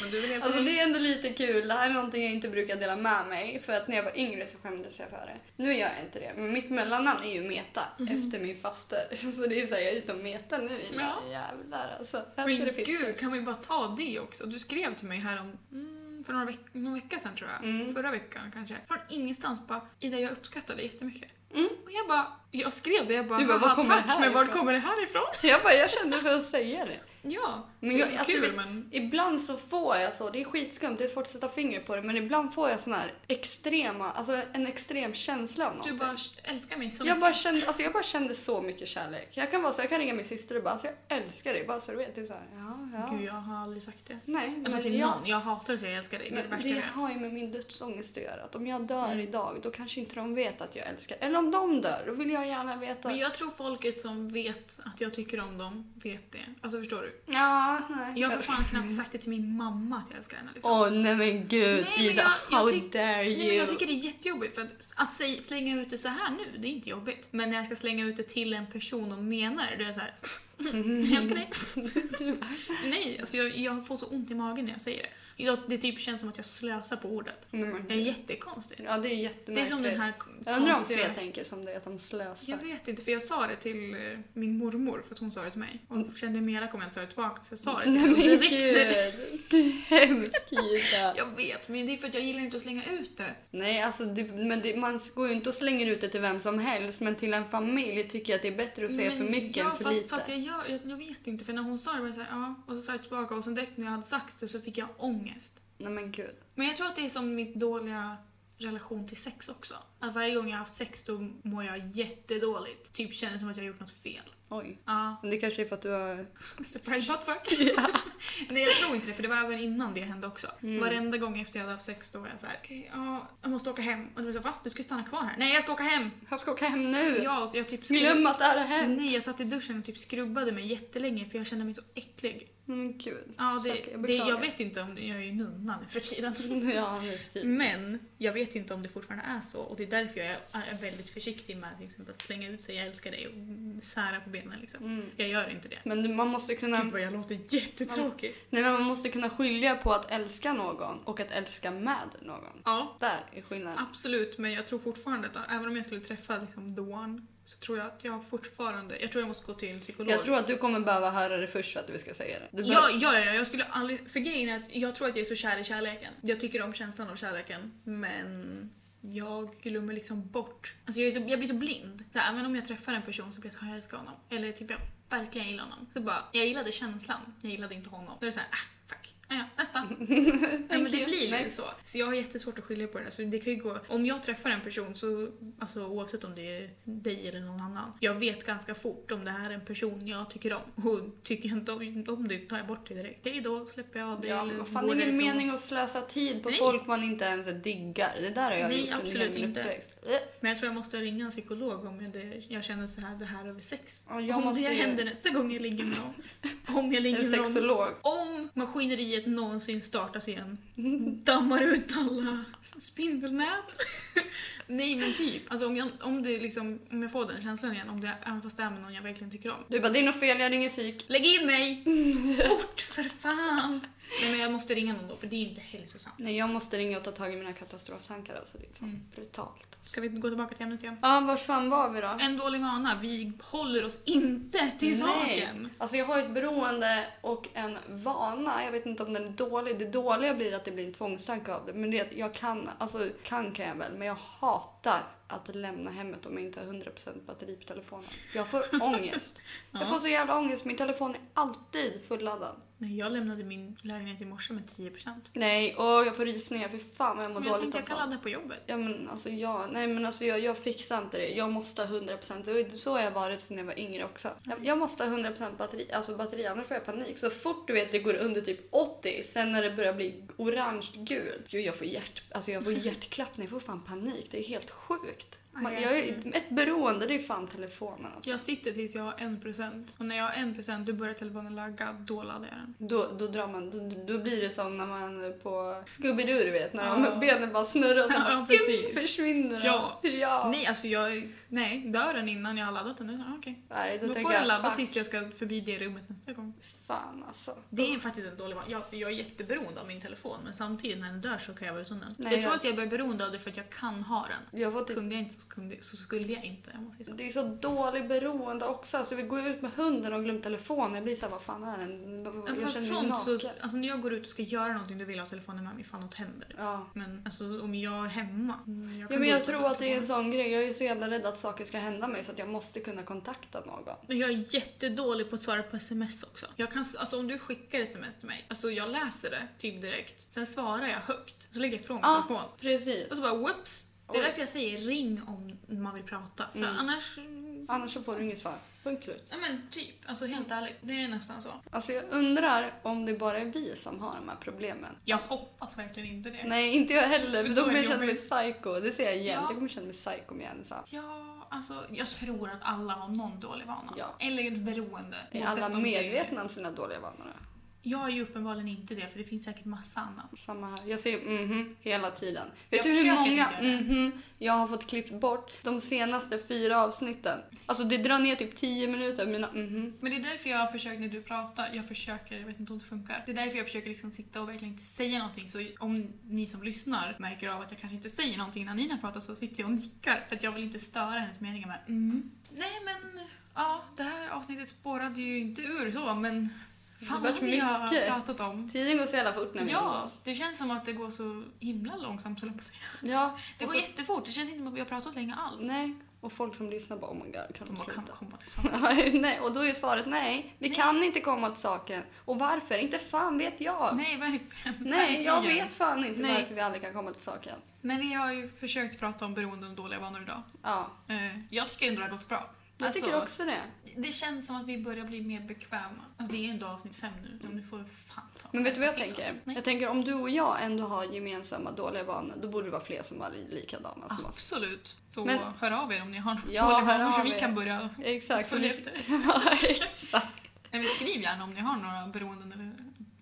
[SPEAKER 2] Men du är helt
[SPEAKER 1] Alltså det är ändå lite kul. Det här är någonting jag inte brukar dela med mig. För att när jag var yngre så skämdes jag för det. Nu gör jag inte det. Men mitt mellannamn är ju Meta.
[SPEAKER 2] Mhm.
[SPEAKER 1] Efter min faster. Så det är såhär, jag är ute och metar nu Ina.
[SPEAKER 2] Ja.
[SPEAKER 1] Jävlar alltså. Här
[SPEAKER 2] Men
[SPEAKER 1] ska det fiskas.
[SPEAKER 2] gud, kan vi bara ta det också? Du skrev till mig här om mm, för några veck- någon vecka sedan tror jag.
[SPEAKER 1] Mm.
[SPEAKER 2] Förra veckan kanske. Från ingenstans bara “Ida, jag uppskattar dig jättemycket”.
[SPEAKER 1] Mm.
[SPEAKER 2] Och jag bara, jag skrev det, jag bara,
[SPEAKER 1] Du bara,
[SPEAKER 2] "Haha,
[SPEAKER 1] var kommer det
[SPEAKER 2] tack,
[SPEAKER 1] här
[SPEAKER 2] men var
[SPEAKER 1] ifrån?"
[SPEAKER 2] kommer det här ifrån?
[SPEAKER 1] Jag bara, jag kände för att säga det.
[SPEAKER 2] Ja,
[SPEAKER 1] Men jag-
[SPEAKER 2] det är
[SPEAKER 1] alltså,
[SPEAKER 2] kul
[SPEAKER 1] vi-
[SPEAKER 2] men...
[SPEAKER 1] Ibland så får jag så, det är skitskumt, det är svårt att sätta fingret på det, men ibland får jag sån här extrema, alltså en extrem känsla av
[SPEAKER 2] Du
[SPEAKER 1] någonting.
[SPEAKER 2] bara älskar mig så
[SPEAKER 1] jag, bara kände, alltså jag bara kände så mycket kärlek. Jag kan vara så, jag kan ringa min syster och bara, alltså jag älskar dig, bara så du vet. Det är så här, ja, ja.
[SPEAKER 2] Gud, jag har aldrig sagt det.
[SPEAKER 1] Nej,
[SPEAKER 2] Alltså
[SPEAKER 1] men
[SPEAKER 2] till
[SPEAKER 1] jag,
[SPEAKER 2] någon. Jag hatar att säga jag älskar dig. Det är det
[SPEAKER 1] Men
[SPEAKER 2] värsta
[SPEAKER 1] det
[SPEAKER 2] jag vet.
[SPEAKER 1] har ju med min dödsångest att göra. Att om jag dör
[SPEAKER 2] Mm.
[SPEAKER 1] idag, då kanske inte de vet att jag älskar. Eller om de dör, då vill jag gärna veta.
[SPEAKER 2] Men jag tror folket som vet att jag tycker om dem vet det. Alltså förstår du?
[SPEAKER 1] Ja, nej.
[SPEAKER 2] Jag har för fan knappt sagt det till min mamma att jag älskar henne. Liksom.
[SPEAKER 1] Åh nej men gud
[SPEAKER 2] Nej, men
[SPEAKER 1] Ida,
[SPEAKER 2] jag- jag
[SPEAKER 1] how
[SPEAKER 2] tyck-
[SPEAKER 1] dare you?
[SPEAKER 2] Nej, men jag tycker det är jättejobbigt för att, att säg- slänga ut det så här nu, det är inte jobbigt. Men när jag ska slänga ut det till en person och menar det, då är jag såhär... Jag älskar dig.
[SPEAKER 1] Du-
[SPEAKER 2] Nej, alltså jag, jag får så ont i magen när jag säger det. Jag- Det typ känns som att jag slösar på ordet.
[SPEAKER 1] Nej,
[SPEAKER 2] Det är
[SPEAKER 1] men,
[SPEAKER 2] jättekonstigt.
[SPEAKER 1] ja, det är
[SPEAKER 2] det är
[SPEAKER 1] jättemärkligt.
[SPEAKER 2] som den här
[SPEAKER 1] jag undrar om
[SPEAKER 2] konstiga-
[SPEAKER 1] fler tänker som det, att de slösar.
[SPEAKER 2] Jag vet inte, för jag sa det till eh, min mormor för att hon sa det till mig. Och hon kände mig elak om jag inte sa det tillbaka så jag sa det till
[SPEAKER 1] Mm. Nej
[SPEAKER 2] henne
[SPEAKER 1] men gud,
[SPEAKER 2] direkt.
[SPEAKER 1] det
[SPEAKER 2] när-
[SPEAKER 1] är hemskt Ida.
[SPEAKER 2] Jag vet, men det är för att jag gillar inte att slänga ut det.
[SPEAKER 1] Nej, alltså det, men det, man går ju inte och slänger ut det till vem som helst, men till en familj tycker jag att det är bättre att säga
[SPEAKER 2] Men
[SPEAKER 1] för mycket
[SPEAKER 2] ja,
[SPEAKER 1] än för
[SPEAKER 2] fast,
[SPEAKER 1] lite.
[SPEAKER 2] Fast jag, gör, jag, jag vet inte, för när hon sa det var jag såhär ja, och så sa jag tillbaka och sen direkt när jag hade sagt det så fick jag ångest.
[SPEAKER 1] Nej men gud.
[SPEAKER 2] Men jag tror att det är som min dåliga relation till sex också. Att varje gång jag har haft sex då mår jag jättedåligt. Typ känner som att jag har gjort något fel.
[SPEAKER 1] Oj.
[SPEAKER 2] Ja,
[SPEAKER 1] Men det kanske är för att du har...
[SPEAKER 2] Surprise buttfuck. Nej jag tror inte det för det var även innan det hände också.
[SPEAKER 1] Mm.
[SPEAKER 2] Varenda gång efter jag hade haft sex då var jag såhär okej ja, jag måste åka hem. Och du sa va? Du ska stanna kvar här. Nej jag ska åka hem.
[SPEAKER 1] Jag ska åka hem nu!
[SPEAKER 2] Ja, och jag typ skrubb-
[SPEAKER 1] Mm. Glöm att det här har hänt!
[SPEAKER 2] Nej jag satt i duschen och typ skrubbade mig jättelänge för jag kände mig så äcklig.
[SPEAKER 1] Nej men gud.
[SPEAKER 2] Ja, det,
[SPEAKER 1] Stack-
[SPEAKER 2] jag, det, jag vet inte om, jag är ju nunna nu för tiden.
[SPEAKER 1] Ja, nu för tiden.
[SPEAKER 2] Men jag vet inte om det fortfarande är så och det är därför jag är är väldigt försiktig med till exempel att slänga ut sig jag älskar dig och mm, sära på benen liksom.
[SPEAKER 1] Mm.
[SPEAKER 2] Jag gör inte det.
[SPEAKER 1] Men du- man måste kunna...
[SPEAKER 2] Gud vad jag låter jättetråkig.
[SPEAKER 1] Nej men man måste kunna skilja på att älska någon och att älska med någon.
[SPEAKER 2] Ja,
[SPEAKER 1] Där är skillnaden.
[SPEAKER 2] Absolut, men jag tror fortfarande att även om jag skulle träffa liksom, the one så tror jag att jag fortfarande... Jag tror jag måste gå till en psykolog.
[SPEAKER 1] Jag tror att du kommer behöva höra det först för att vi ska säga det. Du
[SPEAKER 2] Ja,
[SPEAKER 1] behöver-
[SPEAKER 2] ja, ja, jag skulle aldrig... För grejen är att jag tror att jag är så kär i kärleken. Jag tycker om känslan av kärleken, men jag glömmer liksom bort... Alltså jag, är så, jag blir så blind. Så här, även om jag träffar en person så blir jag såhär, jag älskar honom. Eller typ jag verkligen gillar honom. Så bara, jag gillade känslan, jag gillade inte honom. Då är det såhär, ah, fuck. Ah, ja, nästa. Ja, men det
[SPEAKER 1] you.
[SPEAKER 2] blir lite
[SPEAKER 1] Next.
[SPEAKER 2] så. Så jag har jättesvårt att skilja på det där. Så det kan ju gå, om jag träffar en person, så, alltså, oavsett om det är dig eller någon annan, jag vet ganska fort om det här är en person jag tycker om. Och tycker jag inte om, om det tar jag bort det direkt. Hej då, släpper jag av dig.
[SPEAKER 1] Ja,
[SPEAKER 2] eller
[SPEAKER 1] men vad fan
[SPEAKER 2] går
[SPEAKER 1] det är väl
[SPEAKER 2] därifrån.
[SPEAKER 1] mening att slösa tid på
[SPEAKER 2] Nej.
[SPEAKER 1] folk man inte ens diggar? Det där har jag
[SPEAKER 2] Nej,
[SPEAKER 1] gjort under hela
[SPEAKER 2] absolut
[SPEAKER 1] min
[SPEAKER 2] inte.
[SPEAKER 1] uppväxt. Äh.
[SPEAKER 2] Men jag tror jag måste ringa en psykolog om det, jag känner så här, det här över sex.
[SPEAKER 1] Ja, jag
[SPEAKER 2] om
[SPEAKER 1] måste
[SPEAKER 2] det
[SPEAKER 1] ju-
[SPEAKER 2] händer nästa gång jag ligger med någon. Om jag
[SPEAKER 1] En
[SPEAKER 2] ligger med någon.
[SPEAKER 1] sexolog.
[SPEAKER 2] Om maskineriet någonsin startas igen, dammar ut alla spindelnät. Nej men typ, alltså om jag, om, det liksom, om jag får den känslan igen, om det, även fast det är med någon jag verkligen tycker om.
[SPEAKER 1] Du bara, det är något fel, jag ringer psyk.
[SPEAKER 2] Lägg in mig! Fort för fan! Nej men jag måste ringa någon då för det är inte hälsosamt.
[SPEAKER 1] Nej, jag måste ringa och ta tag i mina katastroftankar alltså. Det är fan
[SPEAKER 2] Mm.
[SPEAKER 1] brutalt.
[SPEAKER 2] Ska vi gå tillbaka till ämnet igen?
[SPEAKER 1] Ja, vart fan var vi då?
[SPEAKER 2] En dålig vana, vi håller oss inte till saken.
[SPEAKER 1] Alltså jag har ett beroende och en vana. Jag vet inte om den är dålig. Det dåliga blir att det blir en tvångstanke av det. Men det är att jag kan, alltså kan kan jag väl, men jag hatar att lämna hemmet om jag inte har 100% batteri på telefonen. Jag får ångest. Jag får så jävla ångest. Min telefon är alltid fulladdad.
[SPEAKER 2] Nej, jag lämnade min lägenhet i morse med 10%.
[SPEAKER 1] Nej, och jag får rysningar. Fy fan vad jag mår
[SPEAKER 2] Men jag
[SPEAKER 1] dåligt
[SPEAKER 2] tänkte
[SPEAKER 1] av
[SPEAKER 2] jag kan
[SPEAKER 1] sånt.
[SPEAKER 2] ladda på jobbet.
[SPEAKER 1] Ja men alltså jag, nej men alltså jag, jag fixar inte det. Jag måste ha 100%. Och så har jag varit sedan jag var yngre också. Jag, jag måste ha 100% batteri, alltså batteri annars får jag panik. Så fort du vet det går under typ 80, sen när det börjar bli orange gult. Gud jag får hjärt, alltså jag får hjärtklappning, jag får fan panik. Det är helt sjukt. Man, jag är, ett beroende det är fan telefonen alltså.
[SPEAKER 2] Jag sitter tills jag har 1% och när jag har 1% då börjar telefonen lagga, då laddar jag den.
[SPEAKER 1] Då, då drar man, då, då blir det som när man på Scooby-Doo du vet, när
[SPEAKER 2] Ja.
[SPEAKER 1] de, benen bara snurrar och sen
[SPEAKER 2] Ja,
[SPEAKER 1] bara,
[SPEAKER 2] precis.
[SPEAKER 1] försvinner de.
[SPEAKER 2] Ja.
[SPEAKER 1] ja.
[SPEAKER 2] Nej, alltså jag... Nej, dör den innan jag har laddat den. Ah, Okej.
[SPEAKER 1] Nej, då,
[SPEAKER 2] Då
[SPEAKER 1] tänker
[SPEAKER 2] får jag ladda
[SPEAKER 1] fuck.
[SPEAKER 2] tills jag ska förbi det rummet nästa gång.
[SPEAKER 1] Fan alltså.
[SPEAKER 2] Det är faktiskt en dålig vana. Ja, alltså, jag är jätteberoende av min telefon men samtidigt när den dör så kan jag vara utan den.
[SPEAKER 1] Nej,
[SPEAKER 2] jag tror
[SPEAKER 1] jag-
[SPEAKER 2] att jag blir beroende av det för att jag kan ha den.
[SPEAKER 1] Jag får typ,
[SPEAKER 2] Kunde jag inte så, kunde, så skulle jag inte. Om man säger så.
[SPEAKER 1] det är så dålig beroende också. Alltså, vi går ju ut med hunden och glömt telefonen. Jag blir så här, vad fan är den? Jag
[SPEAKER 2] Men
[SPEAKER 1] känner
[SPEAKER 2] fast
[SPEAKER 1] mig
[SPEAKER 2] sånt,
[SPEAKER 1] naken.
[SPEAKER 2] så, alltså, när jag går ut och ska göra någonting då vill jag ha telefonen med mig ifall något händer.
[SPEAKER 1] Ja.
[SPEAKER 2] Men alltså om jag är hemma. mm,
[SPEAKER 1] Ja,
[SPEAKER 2] kan
[SPEAKER 1] men
[SPEAKER 2] gå
[SPEAKER 1] jag
[SPEAKER 2] utan
[SPEAKER 1] tror
[SPEAKER 2] den
[SPEAKER 1] att det är
[SPEAKER 2] telefonen.
[SPEAKER 1] en sån grej. Jag är så jävla rädd att saker ska hända mig så att jag måste kunna kontakta någon.
[SPEAKER 2] Men jag är jättedålig på att svara på sms också. Jag kan, alltså om du skickar sms till mig, alltså jag läser det typ direkt, sen svarar jag högt, så lägger jag ifrån mig
[SPEAKER 1] Ja.
[SPEAKER 2] telefon.
[SPEAKER 1] Precis.
[SPEAKER 2] Och så bara whoops! Det är
[SPEAKER 1] Oj.
[SPEAKER 2] därför jag säger ring om man vill prata. För
[SPEAKER 1] Mm.
[SPEAKER 2] annars...
[SPEAKER 1] Annars så får du inget svar. Punkt slut.
[SPEAKER 2] Ja men typ, alltså helt ärligt, det är nästan så.
[SPEAKER 1] Alltså jag undrar om det bara är vi som har de här problemen.
[SPEAKER 2] Jag hoppas verkligen inte det.
[SPEAKER 1] Nej, inte jag heller.
[SPEAKER 2] För
[SPEAKER 1] Då
[SPEAKER 2] då är
[SPEAKER 1] kommer jag
[SPEAKER 2] det
[SPEAKER 1] känna mig
[SPEAKER 2] jobbigt.
[SPEAKER 1] psycho. Det säger jag igen.
[SPEAKER 2] Ja.
[SPEAKER 1] Jag kommer känna mig psycho om jag är ensam.
[SPEAKER 2] Ja, alltså jag tror att alla har någon dålig vana.
[SPEAKER 1] Ja.
[SPEAKER 2] Eller ett beroende.
[SPEAKER 1] Är
[SPEAKER 2] oavsett
[SPEAKER 1] alla
[SPEAKER 2] om det är-
[SPEAKER 1] medvetna om sina dåliga vanor? då?
[SPEAKER 2] Jag är ju uppenbarligen inte det för det finns säkert massa annat.
[SPEAKER 1] Samma här. Jag säger mhm hela tiden. Vet
[SPEAKER 2] Jag
[SPEAKER 1] du hur
[SPEAKER 2] försöker
[SPEAKER 1] många
[SPEAKER 2] inte göra det.
[SPEAKER 1] mhm jag har fått klippt bort de senaste fyra avsnitten? Alltså det drar ner typ 10 minuter mina mhm.
[SPEAKER 2] Men det är därför jag försöker när du pratar, jag försöker, jag vet inte om det funkar. Det är därför jag försöker liksom sitta och verkligen inte säga någonting så om ni som lyssnar märker av att jag kanske inte säger någonting när Nina pratar så sitter jag och nickar för att jag vill inte störa hennes meningar med mm. Nej men, ja det här avsnittet spårade ju inte ur så men fan
[SPEAKER 1] Det
[SPEAKER 2] vad
[SPEAKER 1] vart
[SPEAKER 2] vi har
[SPEAKER 1] mycket.
[SPEAKER 2] pratat om.
[SPEAKER 1] Tiden går så jävla fort när vi
[SPEAKER 2] Ja,
[SPEAKER 1] umgås.
[SPEAKER 2] det känns som att det går så himla långsamt höll jag på att säga.
[SPEAKER 1] Ja.
[SPEAKER 2] Det
[SPEAKER 1] och
[SPEAKER 2] går
[SPEAKER 1] så-
[SPEAKER 2] jättefort, det känns inte som att vi har pratat länge alls.
[SPEAKER 1] Nej. Och folk som lyssnar bara oh my god kan
[SPEAKER 2] De
[SPEAKER 1] de
[SPEAKER 2] bara kan
[SPEAKER 1] sluta?
[SPEAKER 2] komma till saker.
[SPEAKER 1] nej, och då är svaret nej. Vi
[SPEAKER 2] Nej.
[SPEAKER 1] kan inte komma till saken. Och varför? Inte fan vet jag.
[SPEAKER 2] Nej, verkligen.
[SPEAKER 1] Nej, jag
[SPEAKER 2] Verkligen.
[SPEAKER 1] vet fan inte
[SPEAKER 2] Nej.
[SPEAKER 1] varför vi aldrig kan komma till saken.
[SPEAKER 2] Men vi har ju försökt prata om beroenden och dåliga vanor idag.
[SPEAKER 1] Ja,
[SPEAKER 2] Eh, Jag tycker ändå det har gått bra.
[SPEAKER 1] jag
[SPEAKER 2] Alltså,
[SPEAKER 1] tycker också det.
[SPEAKER 2] Det känns som att vi börjar bli mer bekväma. Alltså det är ändå avsnitt fem nu. Mm. Nu får vi fan ta
[SPEAKER 1] Men vet du vad jag
[SPEAKER 2] till
[SPEAKER 1] tänker?
[SPEAKER 2] oss. Nej.
[SPEAKER 1] Jag tänker om du och jag ändå har gemensamma dåliga vanor, då borde det vara fler som har likadana som oss.
[SPEAKER 2] Absolut. Så
[SPEAKER 1] Men-
[SPEAKER 2] hör av er om ni har några
[SPEAKER 1] Ja,
[SPEAKER 2] dåliga
[SPEAKER 1] hör
[SPEAKER 2] vanor så
[SPEAKER 1] av
[SPEAKER 2] vi
[SPEAKER 1] er.
[SPEAKER 2] kan börja
[SPEAKER 1] Exakt. så
[SPEAKER 2] följa
[SPEAKER 1] vi-
[SPEAKER 2] efter.
[SPEAKER 1] Ja, exakt.
[SPEAKER 2] Eller skriv gärna om ni har några beroenden eller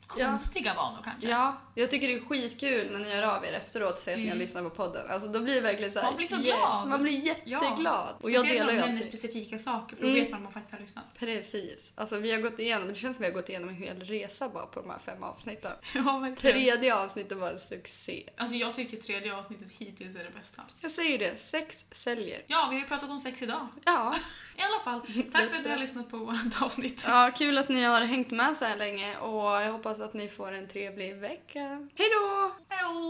[SPEAKER 2] konstiga vanor kanske.
[SPEAKER 1] Ja, jag tycker det är skitkul när ni hör av er efteråt och säger att ni har
[SPEAKER 2] Mm.
[SPEAKER 1] lyssnat på podden. Alltså då blir det verkligen så här,
[SPEAKER 2] Man blir så
[SPEAKER 1] yes.
[SPEAKER 2] glad.
[SPEAKER 1] Man blir jätteglad. Och jag
[SPEAKER 2] Speciellt
[SPEAKER 1] delar
[SPEAKER 2] om
[SPEAKER 1] ju
[SPEAKER 2] de nämner
[SPEAKER 1] alltid.
[SPEAKER 2] specifika saker för då
[SPEAKER 1] Mm.
[SPEAKER 2] vet man om man faktiskt har lyssnat.
[SPEAKER 1] Precis. Alltså vi har gått igenom, det känns som vi har gått igenom en hel resa bara på de här fem avsnitten.
[SPEAKER 2] Ja, verkligen.
[SPEAKER 1] Tredje avsnittet var en succé.
[SPEAKER 2] Alltså jag tycker tredje avsnittet hittills är det bästa.
[SPEAKER 1] Jag säger det, sex säljer.
[SPEAKER 2] Ja, vi har ju pratat om sex idag.
[SPEAKER 1] Ja.
[SPEAKER 2] I alla fall, tack för att ni har lyssnat på vårt avsnitt.
[SPEAKER 1] ja, kul att ni har hängt med så här länge och jag hoppas att ni får en trevlig vecka. Hej då!
[SPEAKER 2] Hej då!